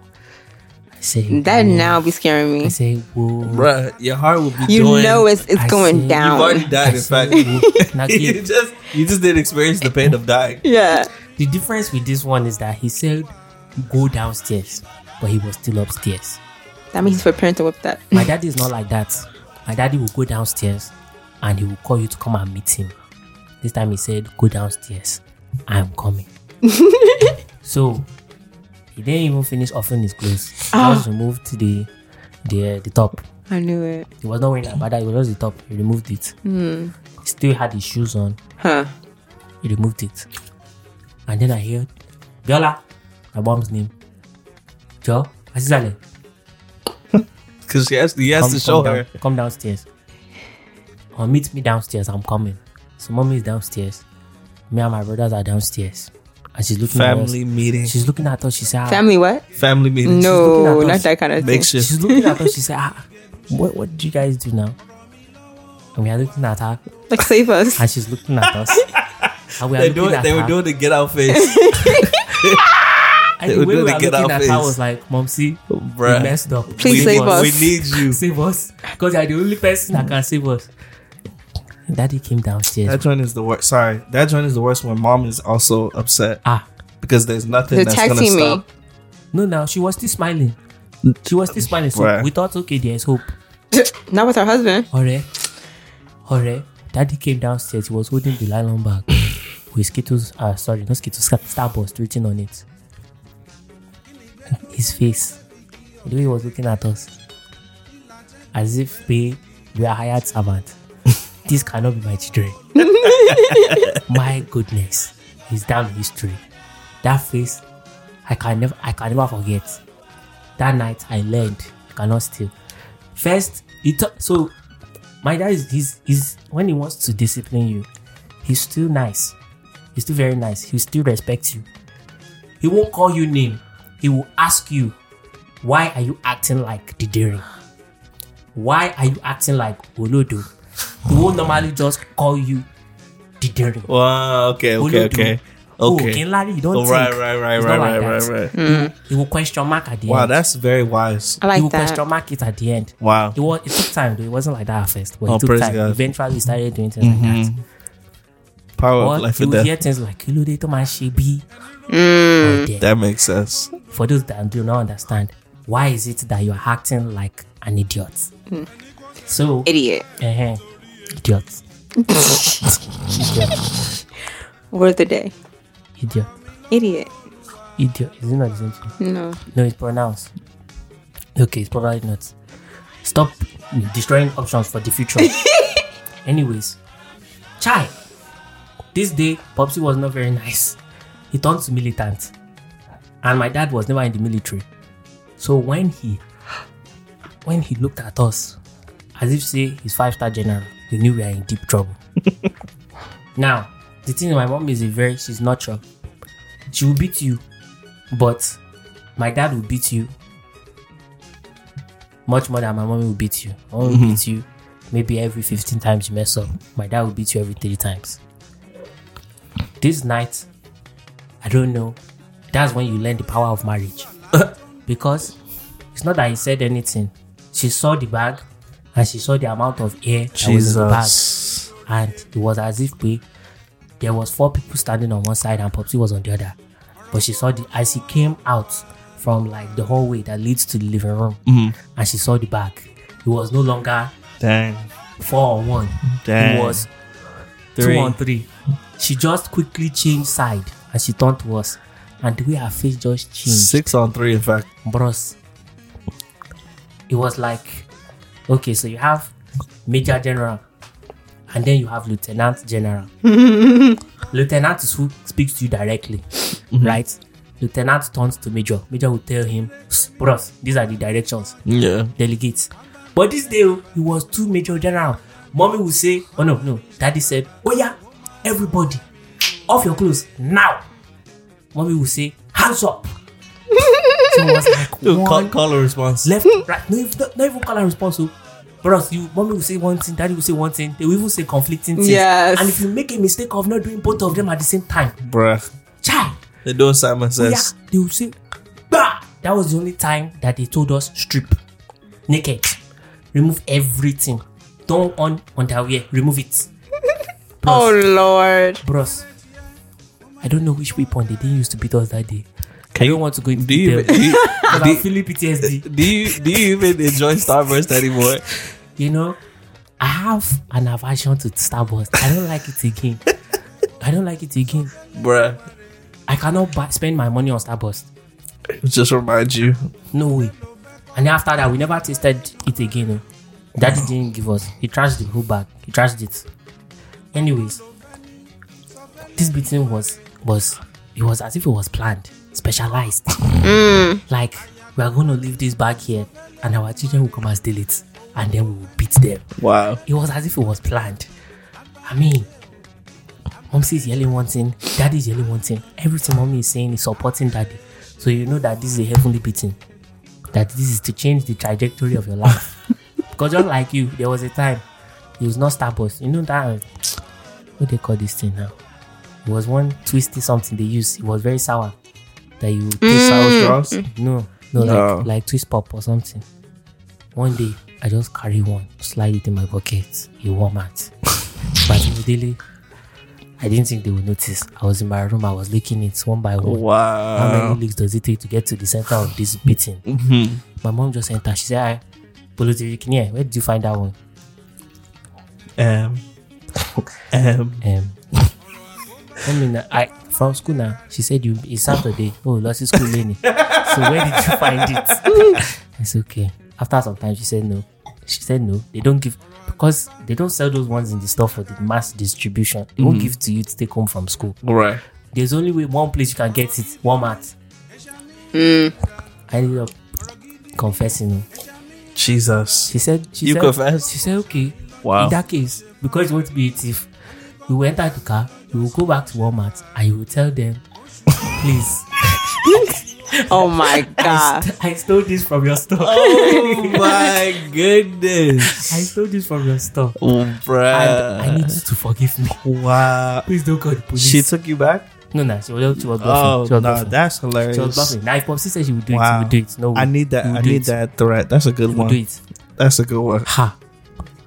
I say, That now be scaring I me. say, whoa. Bruh, your heart will be You doing. know it's it's I going see. You've down. already died, in fact. you, Naki, just, you just didn't experience the pain of dying. Yeah. the difference with this one is that he said, go downstairs, but he was still upstairs. That means for parents to whip that. My daddy is not like that. My daddy will go downstairs and he will call you to come and meet him. This time he said, Go downstairs. I am coming. so he didn't even finish offering his clothes. He just removed the the the top. I knew it. He was not wearing a bada, it was just the top. He removed it. He still had his shoes on. Huh. He removed it. And then I heard Viola, my mom's name. Jo, Azizale, Because he has, he has to show down- her. come downstairs. Or meet me downstairs. I'm coming. So mommy is downstairs. Me and my brothers are downstairs. And she's looking Family at meeting. us. She's looking at us. She said, ah. Family what? Family meeting. No, looking at not us. that kind of thing. Makes you. She's looking at us. She said, ah, what, what did you guys do now? And we are looking at her. Like save us. And she's looking at us. And we are They, looking doing, at they her. were doing the get out face. and they the were way doing we the are get looking out at her face. was like, Momsy, we Bruh. messed up. We Please save must- us. We need you. Save us. Because you are the only person that can save us. Daddy came downstairs. That joint is the worst. Sorry, that joint is the worst when mom is also upset ah, because there's nothing They're that's gonna texting me. stop. No, now she was still smiling. She was still smiling. So Bruh. we thought, okay, there's hope. Not with our husband. Hore, hore. Daddy came downstairs. He was holding the nylon bag with Skittles. Uh, sorry, not Skittles. Star- Starburst written on it. His face. The way he was looking at us, as if we we are hired servant. this cannot be my children. my goodness, it's down history. That face, I can never, I can never forget. That night, I learned you cannot steal. First, he t- so my dad is he's, he's when he wants to discipline you, he's still nice. He's still very nice. He'll still respect you. He won't call you name. He will ask you, Why are you acting like Didiri? Why are you acting like Olodo? Who will normally just call you Didiri? Wow. Okay. Okay. Olodo. Okay. Oh, Okay. Kinlari, you don't Oh, right. think. Right. Right. It's Right. not Right. like Right. that. Right. Mm. You will question mark at the Wow. end. That's very wise. I you will like question that. mark it at the end. Wow. Uh, It was it took time though. It wasn't like that at first, but Oh, it took praise time. God. Eventually, we started doing things like that. Power Or of life you and would death. hear things like "Kilode to my shibi." Mm. Or death. That makes sense. For those that do not understand, why is it that you are acting like an idiot? Mm. So Idiot. uh idiot, Word of the day. idiot, Idiot. idiot. Is it not the same thing? No. No, it's pronounced. Okay, it's probably not. Stop destroying options for the future. Anyways, Chai. This day, Popsy was not very nice. He turned to militant. And my dad was never in the military. So when he when he looked at us, as if say he's five-star general, we knew we are in deep trouble. now, the thing is, my mom is a very she's not sure. She will beat you, but my dad will beat you much more than my mommy will beat you. My mom will beat you maybe every 15 times you mess up. My dad will beat you every 30 times. This night, I don't know. That's when you learn the power of marriage. because it's not that he said anything. She saw the bag and she saw the amount of air that was in the bag Jesus. and it was as if we, there was four people standing on one side and Popsy was on the other. But she saw the as he came out from like the hallway that leads to the living room, and she saw the bag. It was no longer Dang. four on one. Dang. It was Three. two on three. She just quickly changed side and she turned to us, and the way her face just changed Six on three, in fact. bros. It was like, okay, so you have major general, and then you have lieutenant general. lieutenant is who speaks to you directly, right? Lieutenant turns to major. Major will tell him, "Psst, bros, these are the directions. Yeah. Delegate. But this day, oh, it was two major general. Mommy will say, oh no, no. Daddy said, oh yeah, everybody, off your clothes now. Mommy will say, hands up. so it was like Dude, one call, call a response. left, right. No, if, not even call and response. So, brothers, you mommy will say one thing, daddy will say one thing. They will even say conflicting things. Yes. And if you make a mistake of not doing both of them at the same time, Bruh. child, They do what Simon says. yeah, they will say, bah! That was the only time that they told us strip, naked, remove everything, don't on underwear, remove it. Oh Bros, Lord. bros. I don't know which weapon they didn't use to beat us that day. I don't want to go into Do you, detail. even, do, you, 'cause I'm feeling PTSD. do you do you even enjoy Starburst anymore? you know, I have an aversion to Starbucks. I don't like it again. I don't like it again. Bruh. I cannot buy, spend my money on Starbucks. Just remind you. No way. And then after that, we never tasted it again. oh. Daddy didn't give us. He trashed the whole bag. He trashed it. Anyways, this beating was was it was as if it was planned, specialized. Like we are going to leave this bag here, and our children will come and steal it, and then we will beat them. Wow. it was as if it was planned. I mean, Momsy is yelling one thing, Daddy is yelling one thing. Everything Mommy is saying is supporting Daddy. So you know that this is a heavenly beating. That this is to change the trajectory of your life. because just like you, there was a time it was not Starbucks. You know that uh, what they call this thing now? It was one twisty something they used. It was very sour. That you taste Sour straws? no, no, No. Like, like twist pop or something. One day, I just carry one, slide it in my pocket, in Walmart. but immediately, I didn't think they would notice. I was in my room, I was licking it one by one. How Wow. Mm-hmm. many licks does it take to get to the center of this beating? My mom just entered. She said, "Hi, Bolo Tirikinie, where did you find that one?" Um, um, Um, I mean, I from school now. She said you it's Saturday. Oh, lost school lane. so where did you find it? it's okay. After some time, she said no. She said no. They don't give because they don't sell those ones in the store for the mass distribution. They won't give to you to take home from school. right. There's only way one place you can get it. Walmart. I ended up confessing. Jesus. She said she You said, confess? She said okay. Wow. In that case, because you want to be a thief, you will enter the car, you will go back to Walmart, and you will tell them, please, Oh my I, god. st- I stole this from your store. Oh my goodness. I stole this from your store. Oh, And I bruh. need you to forgive me. wow. Please don't call the police. She took you back? No, no, she was, she was bluffing. Oh, she was nah, bluffing. that's hilarious. she was bluffing. Now, if Popsy said she would do it, she Wow. would do it. No, I need that. we'll I do need it. that threat. That's a good we'll do one. it. That's a good one. Ha,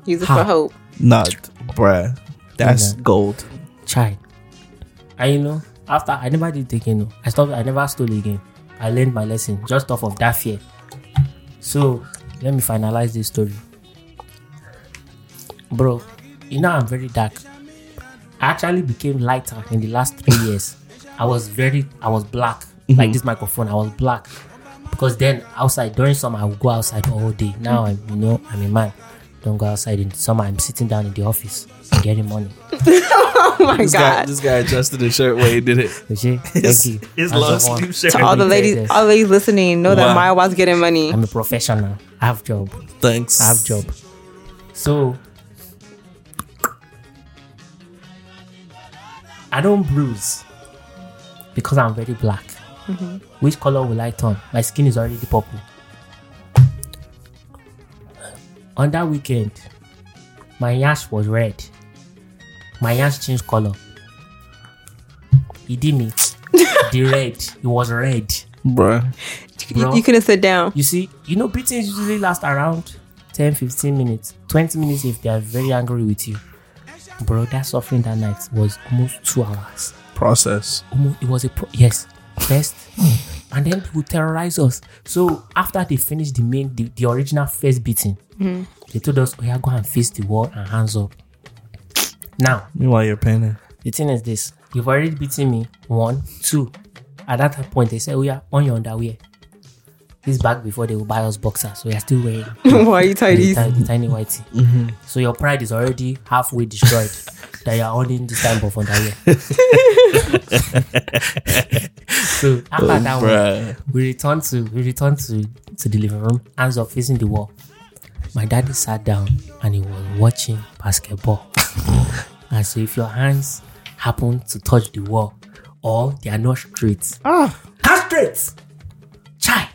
Use it Ha. for hope. Not, bruh. That's Yeah. gold. try. And you know, after I never did take it, no. I stopped, I never stole again. I learned my lesson just off of that fear. So, let me finalize this story. Bro, you know, I'm very dark. I actually became lighter in the last three years. I was very, I was black, like this microphone. I was black because then outside during summer I would go outside all day. Now I'm, you know, I'm a man. Don't go outside in summer. I'm sitting down in the office getting money. Oh my This guy, god. this guy adjusted his shirt when he did it. Okay, thank you. As His long of one, sleeve shirt. To all the Yes. ladies, all the ladies listening, know that Wow. Maya was getting money. I'm a professional. I have job. Thanks. I have job. So I don't bruise because I'm very black. Which color will I turn? My skin is already purple. On that weekend, my yash was red. My yash changed color. He did me. the red. It was red. Bruh. Bro. You, you couldn't sit down. You see, you know, beatings usually last around 10, 15 minutes, 20 minutes if they are very angry with you. Bro, that suffering that night was almost two hours. Process. Almost, it was a pro- yes, first, and then people terrorize us. So after they finished the main, the, the original first beating, they told us, "Oh yeah, go and face the wall and hands up." Now Meanwhile, you're painting. the thing is this: you've already beaten me one, two. At that point, they said, "Oh yeah, on your underwear." This back before they will buy us boxers, so we are still wearing Why are you tired? the, tiny, the tiny whitey. So your pride is already halfway destroyed that you're holding this type of underwear. so after that one, Bruh. we returned to we returned to to the living room, hands up facing the wall. My daddy sat down and he was watching basketball. and so if your hands happen to touch the wall or they are not straight, Ah. hand straight, chai.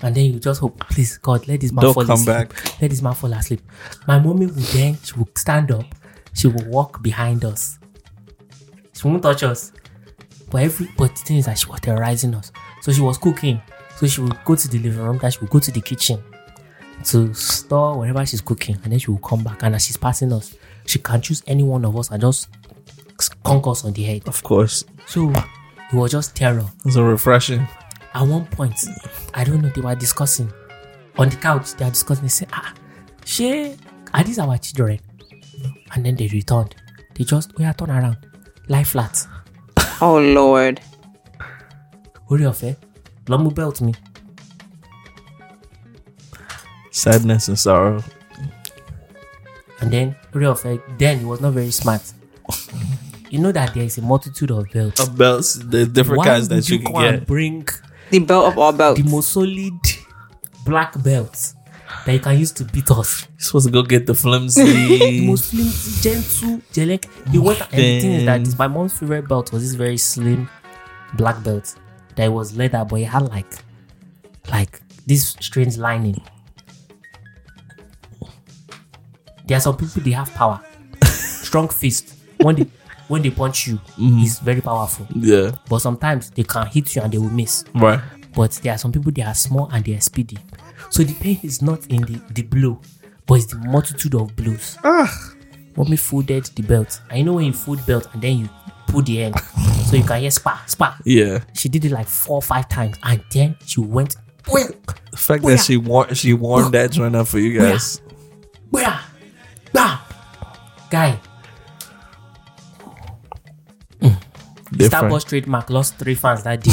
And then you just hope, please God, let this man Don't fall come asleep. back. Let this man fall asleep. My mommy would then she would stand up, she would walk behind us. She won't touch us. But every but the thing is that she was terrorizing us. So she was cooking. So she would go to the living room, then she would go to the kitchen to store whenever she's cooking, and then she will come back. And as she's passing us, she can choose any one of us and just conk us on the head. Of course. So it was just terror. It's a refreshing. At one point, I don't know, they were discussing on the couch. They are discussing. They say, "Ah, she are these our children?" And then they returned. They just we are turn around, lie flat. Oh lord. Hurry up, eh? Lumber belt me. Sadness and sorrow. And then hurry up, eh? Then he was not very smart. you know that there is a multitude of belts. Of belts, the different Why kinds that would you go can and get. bring The belt of all belts. the most solid black belt that you can use to beat us. You're supposed to go get the The flimsy. most flimsy, gentle, jelek. The what and the thing is that Then- this, my mom's favorite belt was this very slim black belt that was leather, but it had like like this strange lining. There are some people they have power, strong fist. When they when they punch you, it's very powerful. yeah. But sometimes they can hit you and they will miss Right. but there are some people they are small and they are speedy. So the pain is not in the, the blow, but it's the multitude of blows. Ah. Mommy folded the belt. I know when you fold belt and then you pull the end, so you can hear spa spa. Yeah. She did it like four or five times, and then she went where The fact that she war- she warmed that joint up for you guys. where bah guy. Different. Starbucks trademark lost three fans that day.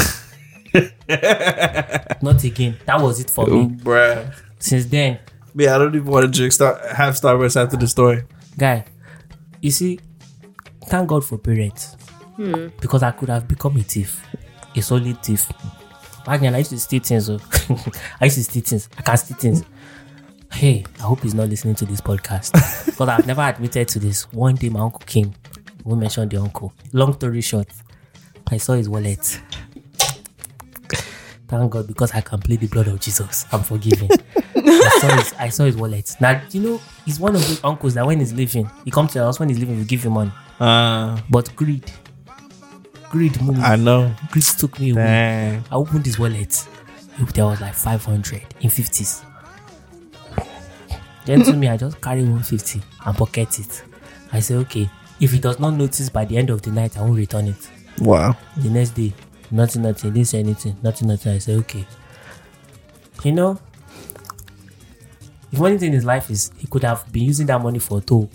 not again. That was it for Oh, me. bruh. Since then, Yeah, I don't even want to drink star have Starburst after the story. guy you see thank god for parents because i could have become a thief a solid thief back then i used to steal things oh. i used to steal things i can steal things hey i hope he's not listening to this podcast because i've never admitted to this one day my uncle came we mentioned the uncle long story short i saw his wallet Thank God because I can plead the blood of Jesus. I'm forgiven. I, saw his, I saw his wallet. Now, you know, he's one of those uncles that when he's leaving, he comes to the house. When he's leaving, we give him money. Uh, But greed, greed, moved. I know. greed took me away. Dang. I opened his wallet. Look, There was like 500 in 50s. Then to me, I just carry 150 and pocket it. I say, okay, if he does not notice by the end of the night, I won't return it. Wow. The next day, nothing, nothing. He didn't say anything. Nothing, nothing. I say, okay. You know, if anything in his life is he could have been using that money for a toll.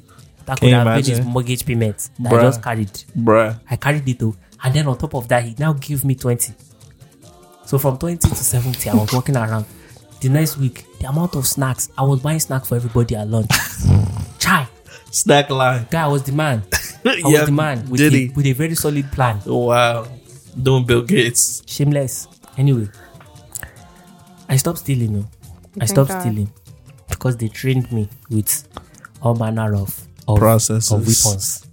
That could Can you have paid his imagine? mortgage payment that Bruh. I just carried. Bruh. I carried it though. And then on top of that, he now gave me 20. So from 20 to 70, I was walking around. The next week, the amount of snacks, I was buying snacks for everybody at lunch. Chai, Snack line. guy, I was the man. I Yeah, was the man with, did a, he? with a very solid plan. Wow. Doing Bill Gates. Shameless. Anyway, I stopped stealing. No? I stopped God. stealing because they trained me with all manner of, of Processes. of weapons.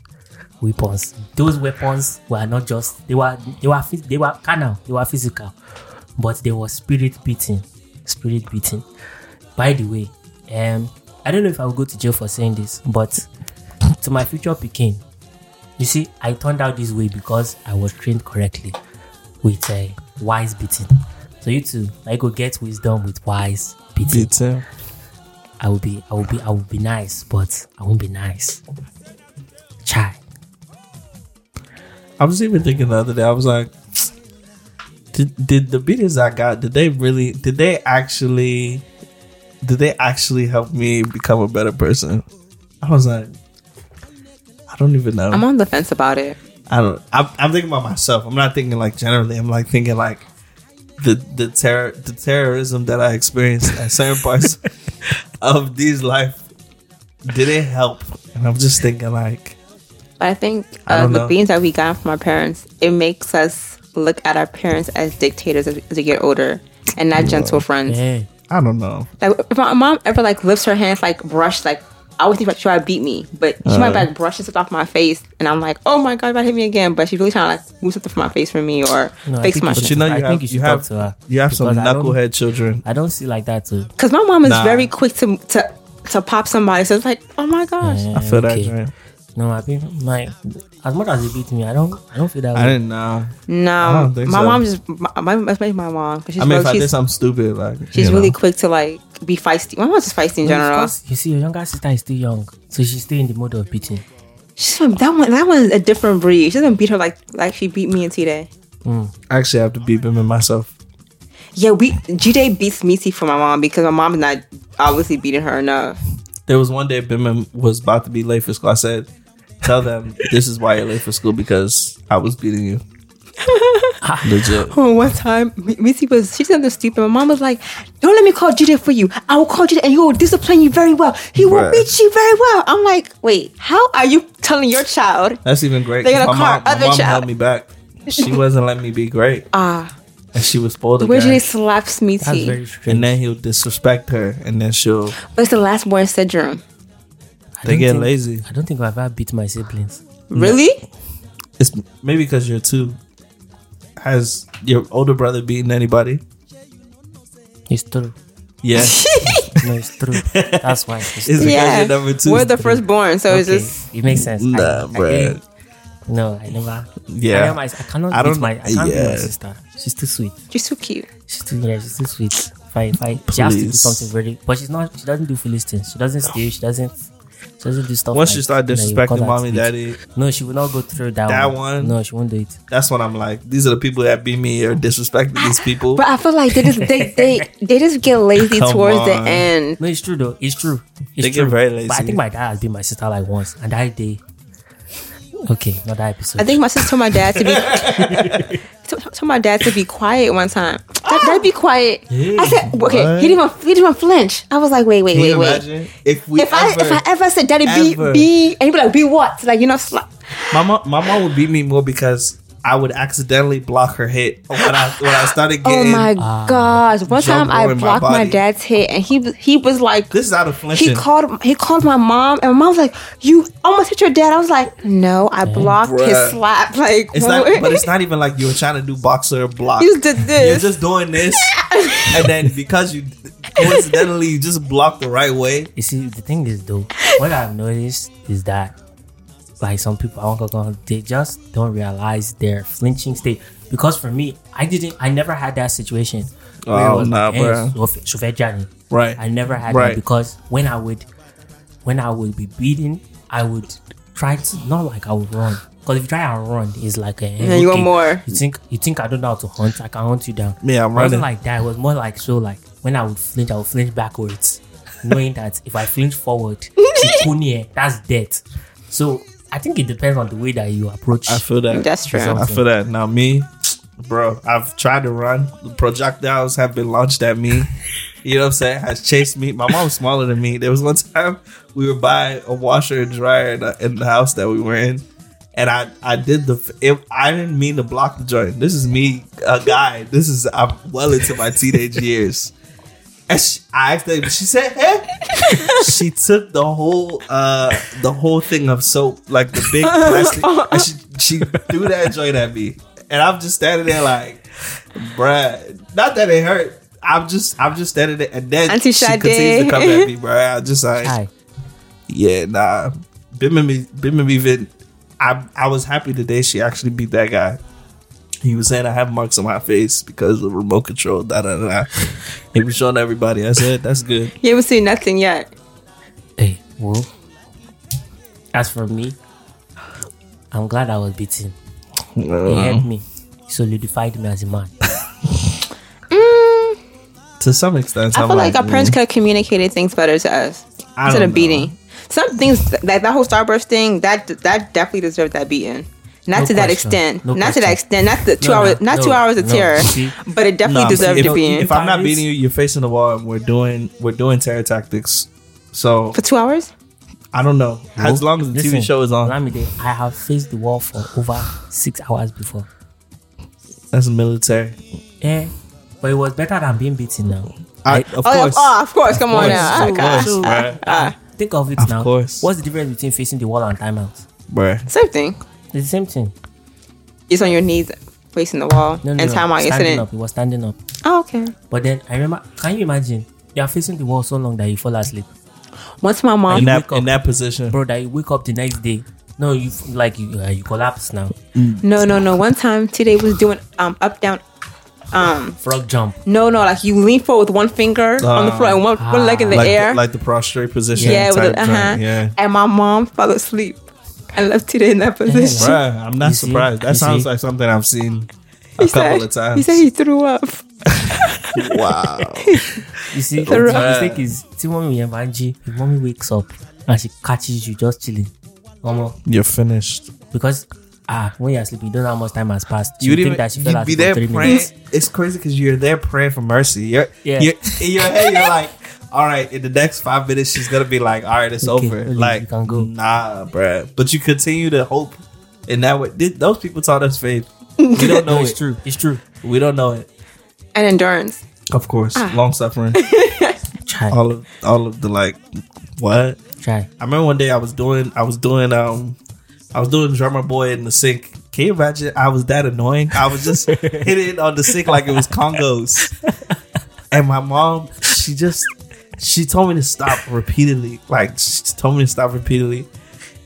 Weapons. Those weapons were not just they were they were phys- they were carnal. They were physical, but they were spirit beating. Spirit beating. By the way, um, I don't know if I will go to jail for saying this, but to my future Peking, you see, I turned out this way because I was trained correctly with a wise beating. So you too, I go get wisdom with wise beating. Beats him. I will be, I will be, I will be nice, but I won't be nice. Chai. I was even thinking the other day. I was like, did, did the beatings I got? Did they really? Did they actually? Did they actually help me become a better person? I was like, I don't even know. I'm on the fence about it. I don't. I'm, I'm thinking about myself. I'm not thinking like generally. I'm like thinking like the the terror the terrorism that I experienced at certain parts of these life. Did it help? And I'm just thinking like, But I think I uh, don't the know. beings that we got from our parents, it makes us look at our parents as dictators as, as we get older and not gentle friends. Yeah. I don't know. Like if my mom ever like lifts her hands like brush like I always think like she would beat me, but she might Uh. like brush this off my face, and I'm like, oh my god, about to hit me again. But she's really trying to like move something from my face for me or No, I fix think my you But you know, you I have think you you, should have talk to her, you have some because I don't- knucklehead children. I don't see like that too. because my mom is Nah. very quick to to to pop somebody. So it's like, oh my gosh, Eh, I feel that okay. joint. No, I think my as much as he beat me, I don't, I don't feel that I way. didn't know. I no, don't my think so. mom just my, my that's maybe my mom 'cause she's I mean, if really, I did she's, something stupid, like she's you know. really quick to like be feisty. My mom's just feisty in general. Because, You see, your younger sister is still young, so she's still in the mode of beating. She's from that one. That one's a different breed. She doesn't beat her like like she beat me and T Day. actually I have to beep him and myself. Yeah, we G Day beats Missy for my mom because my mom's not obviously beating her enough. There was one day Bimim was about to be late for school. I said, "Tell them this is why you're late for school because I was beating you." Legit. Oh, one time M- Missy was she did something stupid. My mom was like, "Don't let me call G Day for you. I will call G Day and he will discipline you very well. He will Bruh. beat you very well." I'm like, "Wait, how are you telling your child?" That's even great. They got a my car, mom, my other mom child. held me back. She wasn't letting me be great, Ah, and she was spoiled where G Day again. slaps That's Missy. very And strange. then he'll disrespect her, and then she'll but it's the last born syndrome. I they don't get think- lazy. I don't think I've ever beat my siblings. Really? It's maybe because you're two. Has your older brother beaten anybody? It's true. Yeah. No, it's true. That's why. It's It's true. because you're number two. We're the firstborn, so it's Okay, just it makes sense. I- Nah, I- bruh. No, I never. Yeah. I, am, I, I cannot. I I don't- don't. My, I can't be yeah. my sister. She's too sweet. you're so cute. She's too. Yeah, she's too sweet. Fine, fine. She has to do Please. something very. But she's not. She doesn't do foolish things. She doesn't steal. She doesn't. She doesn't do stuff. Once like, you start that you call disrespecting that mommy, sweet. daddy, No, she will not go through that. That one? one. No, she won't do it. that's when I'm like, these are the people that beat me or disrespecting these people. But I feel like they just they they, they just get lazy Come towards the on. end. No, it's true though. It's true. It's They get true. very But I lazy. think my dad has been my sister like once, and that day. Okay, not that episode. I think my sister told my dad to be to- to- told my dad to be quiet one time. Dad, dad be quiet. I said okay. what? He didn't even he didn't even flinch. I was like, wait, wait, Can wait, you wait. imagine if we If I ever, if I ever said daddy be ever- be and he'd be like be what like you know slap. my mom, my mom would beat me more because I would accidentally block her hit when I when I started Oh getting. uh, my gosh! One jump time I on my blocked my, body. dad's hit, and he he was like, This is out of he flinching. called he called my mom, and my mom was like, "You almost hit your dad." I was like, "No, I blocked Bruh. his slap." Like, it's not, what? but it's not even like you were trying to do boxer block. You did You're this. just doing this, and then because you coincidentally you just blocked the right way. You see, the thing is though, what I've noticed is that like some people I won't go they just don't realize their flinching state. Because for me, I didn't I never had that situation. where it Oh, was nah, like, bruh. "Eh, Sof- Sofia Johnny." Right. I never had Right. that because when I would when I would be beaten, I would try to not like I would run. Because if you try and run, it's like a Yeah, you want more. You think you think I don't know how to hunt, I can hunt you down. Yeah, I'm It wasn't running. like that. It was more like so like when I would flinch, I would flinch backwards, knowing that if I flinch forward, chikunye, that's death. So I think it depends on the way that you approach. I feel that. That's true. I feel that. Now me, bro, I've tried to run. The projectiles have been launched at me. You know what I'm saying? Has chased me. My mom's smaller than me. There was one time we were by a washer and dryer in the, in the house that we were in, and I I did the. It, I didn't mean to block the joint. This is me, a guy. This is I'm well into my teenage years. And she, I asked her, she said, "Hey." she took the whole uh the whole thing of soap, like the big plastic, and she, she threw that joint at me. And I'm just standing there like, bruh, not that it hurt. I'm just I'm just standing there and then Auntie she Sade. continues to come at me, bruh. I just like Hi. yeah, nah. Bimimi Bimimi I I was happy the day she actually beat that guy. He was saying I have marks on my face because of remote control, da da da. da." He was showing everybody. I said, that's good. you haven't seen nothing yet. Hey, well, as for me, I'm glad I was beaten. It Uh, helped me, It solidified me as a man. To some extent, I I'm feel like our mm. parents could have communicated things better to us I instead don't of know. beating. Some things like that whole Starburst thing that that definitely deserved that beating. Not No to that question. extent. No not question. to that extent. Not the two No, no, hours. Not no, two hours of no. terror. See? But it definitely Nah, deserved if, to be in If I'm not Parents- beating you, you're facing the wall, and we're doing we're doing terror tactics. So for two hours. I don't know. As long as the Listen, TV show is on, Olamide, I have faced the wall for over six hours before. that's military. Yeah, but it was better than being beaten now. I, of Oh, yeah, course, oh, of course. Come on Of now. course, Ah, of gosh. course, bruh. Think of it Of now. course. What's the difference between facing the wall and timeout? Bruh. Same thing. It's the same thing. It's on your knees, facing the wall, No, no, and no. time out standing incident. up. It was standing up. Oh, okay. But then I remember. Can you imagine? You are facing the wall so long that you fall asleep, Once my in mom, that wake up. in that position. bro. That you wake up the next day. No, you f- like you uh, you collapse now. no, no, no. One time, today was doing um up down. Um, Frog jump. no, no. Like you lean forward with one finger on the floor and one, one leg in the Ah, like air. The, like the prostrate position. yeah, with type the, uh-huh. joint, yeah. And my mom fell asleep and left today in that position. Bruh, I'm not You see? surprised. That You sounds see? like something I've seen He a couple said- of times. He said he threw up. wow. You see, the Right. mistake is see mommy and Vanji. If mommy wakes up and she catches you just chilling, Omo, You're finished. because ah, when you're asleep, you don't know how much time has passed. She You think didn't. that she fell You'd be asleep there for three praying. minutes. It's crazy because you're there praying for mercy. You're, Yeah. you're in your head. You're like, all right. In the next five minutes, she's gonna be like, all right, it's Okay, over. Oli, like, you can go. nah, bruh. But you continue to hope. And that way, th- those people taught us faith. We don't know No, it's it. true. It's true. We don't know it. And endurance. Of course, Ah. long suffering. Try, all of all of the like, what? try. I remember one day I was doing I was doing um I was doing drummer boy in the sink. Can you imagine? I was that annoying. I was just hitting it on the sink like it was congos. And my mom, she just she told me to stop repeatedly. Like she told me to stop repeatedly.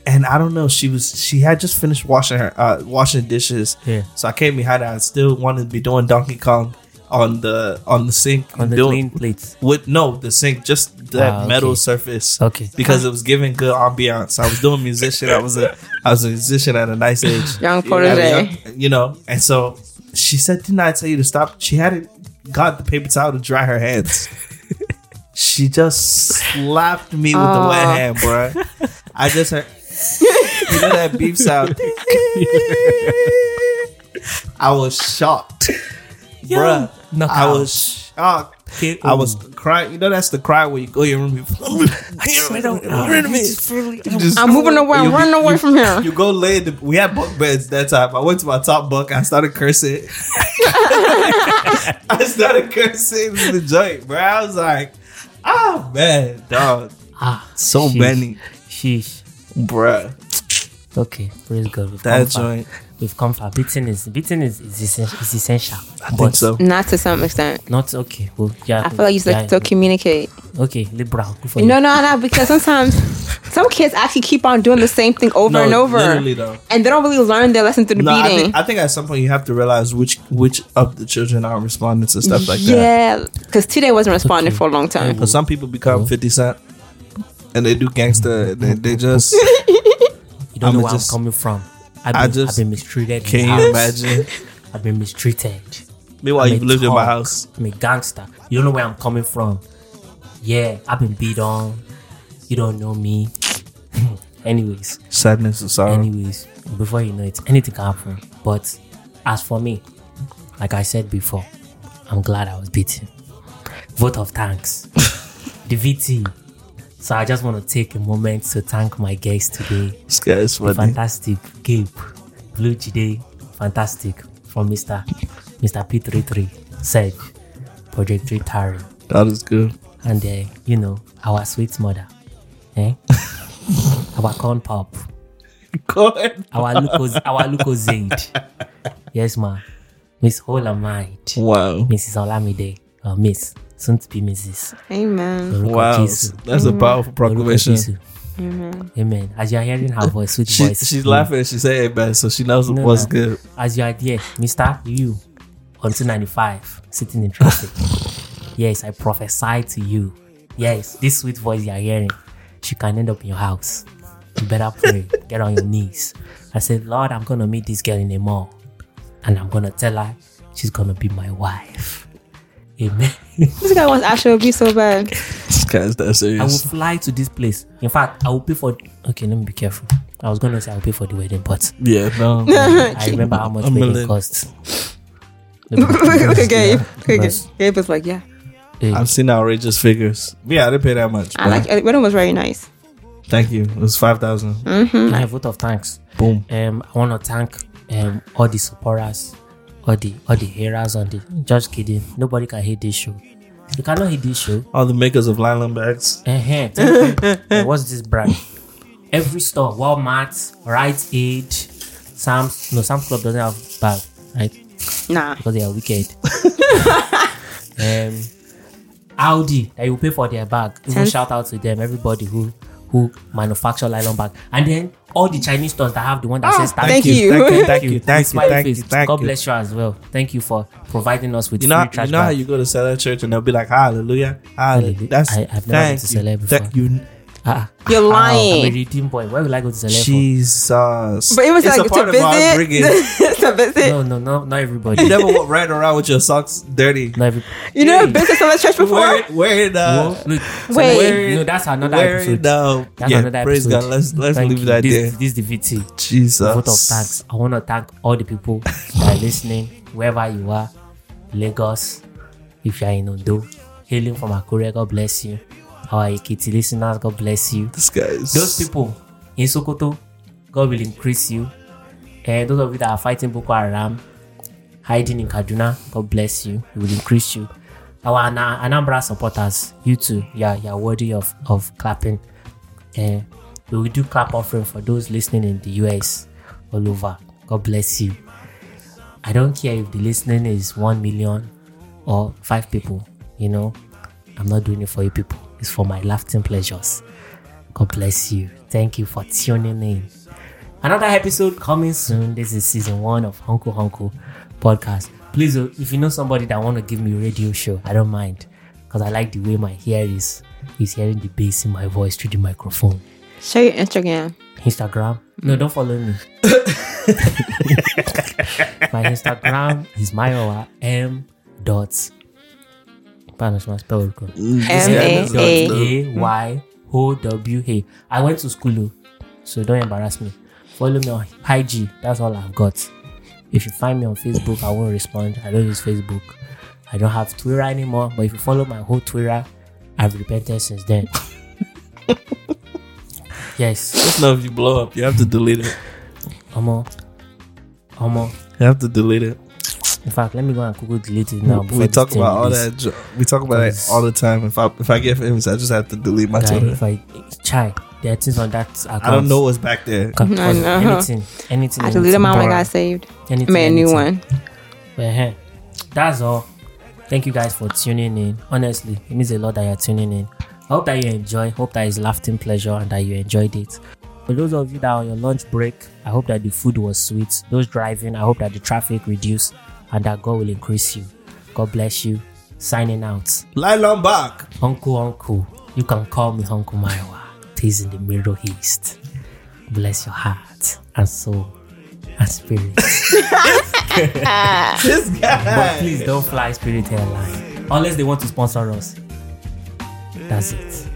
And I don't know. She was she had just finished washing her uh, washing dishes. Yeah. So I came behind. her. I still wanted to be doing Donkey Kong on the on the sink On the clean doing- plates. with no the sink just that Ah, okay. metal surface Okay. because it was giving good ambiance i was doing musician i was a i was a musician at a nice age Young Yeah, protege. you know and so she said didn't i tell you to stop she hadn't got the paper towel to dry her hands she just slapped me with the wet Aw. hand bruh. i just heard you know that beep sound i was shocked bruh Knockout. I was shocked. K.O. I was crying. You know, that's the cry where you go to your room. You, I don't rid of me. Just- I'm moving away. I'm you- running away you- from here. You go lay. In the, we had bunk beds that time. I went to my top bunk. I started cursing. I started cursing in the joint, bro. I was like, ah man, dog, ah, so sheesh, many, Sheesh. bruh. Okay, praise God. We've That come far. joint. We've come far. Beating is beating is is, essen- is essential. I think so. Not to some extent. Not okay. Well, yeah. I feel like you yeah, like still communicate. Okay, liberal. Good for you. No, no, no, because sometimes some kids actually keep on doing the same thing over No, and over. literally, though. And they don't really learn their lesson through the No, I beating. think, I think at some point you have to realize which which of the children are responding to stuff like that. yeah, because today wasn't responding Okay. for a long time. Because some people become Fifty Cent, and they do gangster. and They, they just you don't I'ma know where just- I'm coming from. I've been, I just- I've been mistreated. in can the you house. imagine? I've been mistreated. Meanwhile, I'm you've a lived in my thug. house. I'm a gangster. You don't know where I'm coming from. Yeah, I've been beat on. You don't know me. anyways, Sadness and sorrow. anyways, before you know it, anything can happen. But as for me, like I said before, I'm glad I was beaten. Vote of thanks. the VT. So I just want to take a moment to thank my guests today. This guy is The funny. fantastic Gabe, Blue Jide, fantastic from Mr. Mr. P33, Sage, Project 3 Tari, That is good. and uh, you know, our sweet mother, eh? our corn pop, Go ahead. our Luco, our Luco Zaid. Yes, ma. Miss Hola Might, Wow. Mrs. Olamide, or Miss, soon to be Mrs. Amen. Loruko Wow. Jesu. That's Mm-hmm. a powerful Loruko proclamation. Jesu. Amen. As you are hearing her voice, sweet She, voice. she's mm. laughing. She said, hey, man, so she knows No, what's no. good. as you are there, Mister, you on 295 sitting in traffic. yes, I prophesy to you. Yes, this sweet voice you are hearing, she can end up in your house. You better pray, get on your knees. I said, Lord, I'm gonna meet this girl in a mall, and I'm gonna tell her she's gonna be my wife. Amen. This guy wants actual abuse so bad. This guy's that I will serious. fly to this place. In fact, I will pay for. Okay, let me be careful. I was gonna say I'll pay for the wedding, but yeah, no. I remember how much I'm a wedding little- costs. Look at Gabe. Look at Gabe. Yes. Gabe was like, yeah. I've seen outrageous figures. Yeah, I didn't pay that much. I bruh. like it. Wedding was very nice. Thank you. It was 5000 Mm. My vote of thanks. Boom. Um, I want to thank um all the supporters, all the all the hearers on the. Just kidding. Nobody can hate this show. You cannot hate this show. All the makers of nylon bags. Uh-huh. Thank you. Uh, what's this brand? Every store, Walmart, Rite Aid, Sam's. No, Sam's Club doesn't have bag, right? Nah. Because they are wicked. um, Audi that you pay for their bag. Even Thanks. shout out to them, everybody who who manufacture nylon bag, and then all the Chinese stores that have the one that says Ah, thank, thank you. you. Thank you. Thank you. Thank you. Smiley Thank you. face. Thank God you. bless you as well. Thank you for providing us with You know, free you trash know how bag. you go to cellar church and they'll be like, Hallelujah, Hallelujah. Hallelujah. That's I- I've never been thank to you. cellar Thank you, Ah, ah. You're Ow, I'm a lying. redeemed boy. Where will I go to Zelefo? Jesus. But it was It's like a part to of our upbringing. visit. to visit. No, no, no, not everybody. You not never walk right around with your socks dirty. uh, every- You never been to someone's church before? Where, where the Whoa, look, Wait. Wait. No, that's another where episode. the That's um, yeah, another praise episode. God. Let's let's Thank leave you. that this, there. This is the VT. Jesus. vote of thanks. I want to thank all the people that are listening, wherever you are, Lagos, if you are in Ondo, hailing from Akure, God bless you. Our Ekiti listeners, God bless you. This guy is Those people in Sokoto, God will increase you. And those of you that are fighting Boko Haram, hiding in Kaduna, God bless you. He will increase you. Our Ana- Anambra supporters, you too, yeah, you're worthy of, of clapping. Uh, we will do clap offering for those listening in the US all over. God bless you. I don't care if the listening is 1 million or 5 people, you know, I'm not doing it for you people. It's for my laughing pleasures. God bless you. Thank you for tuning in. Another episode coming soon. This is season one of Honko Honko podcast. Please, oh, if you know somebody that want to give me a radio show, I don't mind because I like the way my hair is. Is hearing the bass in my voice through the microphone. Share your Instagram. Instagram? No, don't follow me. my Instagram is myowa m dot. Pardon, should I spell it correctly? This guy is M A A. nuts, though. A Y O W A. I went to school, oh, so don't embarrass me. Follow me on IG. That's all I've got. If you find me on Facebook, I won't respond. I don't use Facebook. I don't have Twitter anymore. But if you follow my whole Twitter, I've repented since then. yes, Just know if you blow up, you have to delete it. Omo, Omo. You have to delete it. In fact, let me go and Google delete it now. before we this talk thing about all is- that. jo- We talk about it all the time. If I if I get famous, I just have to delete my Guy, Twitter. if I chai, there are things on that account. I don't know what's back there. Can I cause know. Anything, anything. I deleted mine when I Bruh. got saved. anything, Made a new anything. one. But hey, that's all. Thank you guys for tuning in. Honestly, it means a lot that you're tuning in. I hope that you enjoy. Hope that it's laughing pleasure and that you enjoyed it. For those of you that are on your lunch break, I hope that the food was sweet. Those driving, I hope that the traffic reduced and that God will increase you. God bless you. Signing out. Lylon back. Uncle, Uncle, you can call me Uncle Maiwa. Peace in the Middle East. Bless your heart and soul and spirit. This guy. Please don't fly Spirit Airline unless they want to sponsor us. That's it.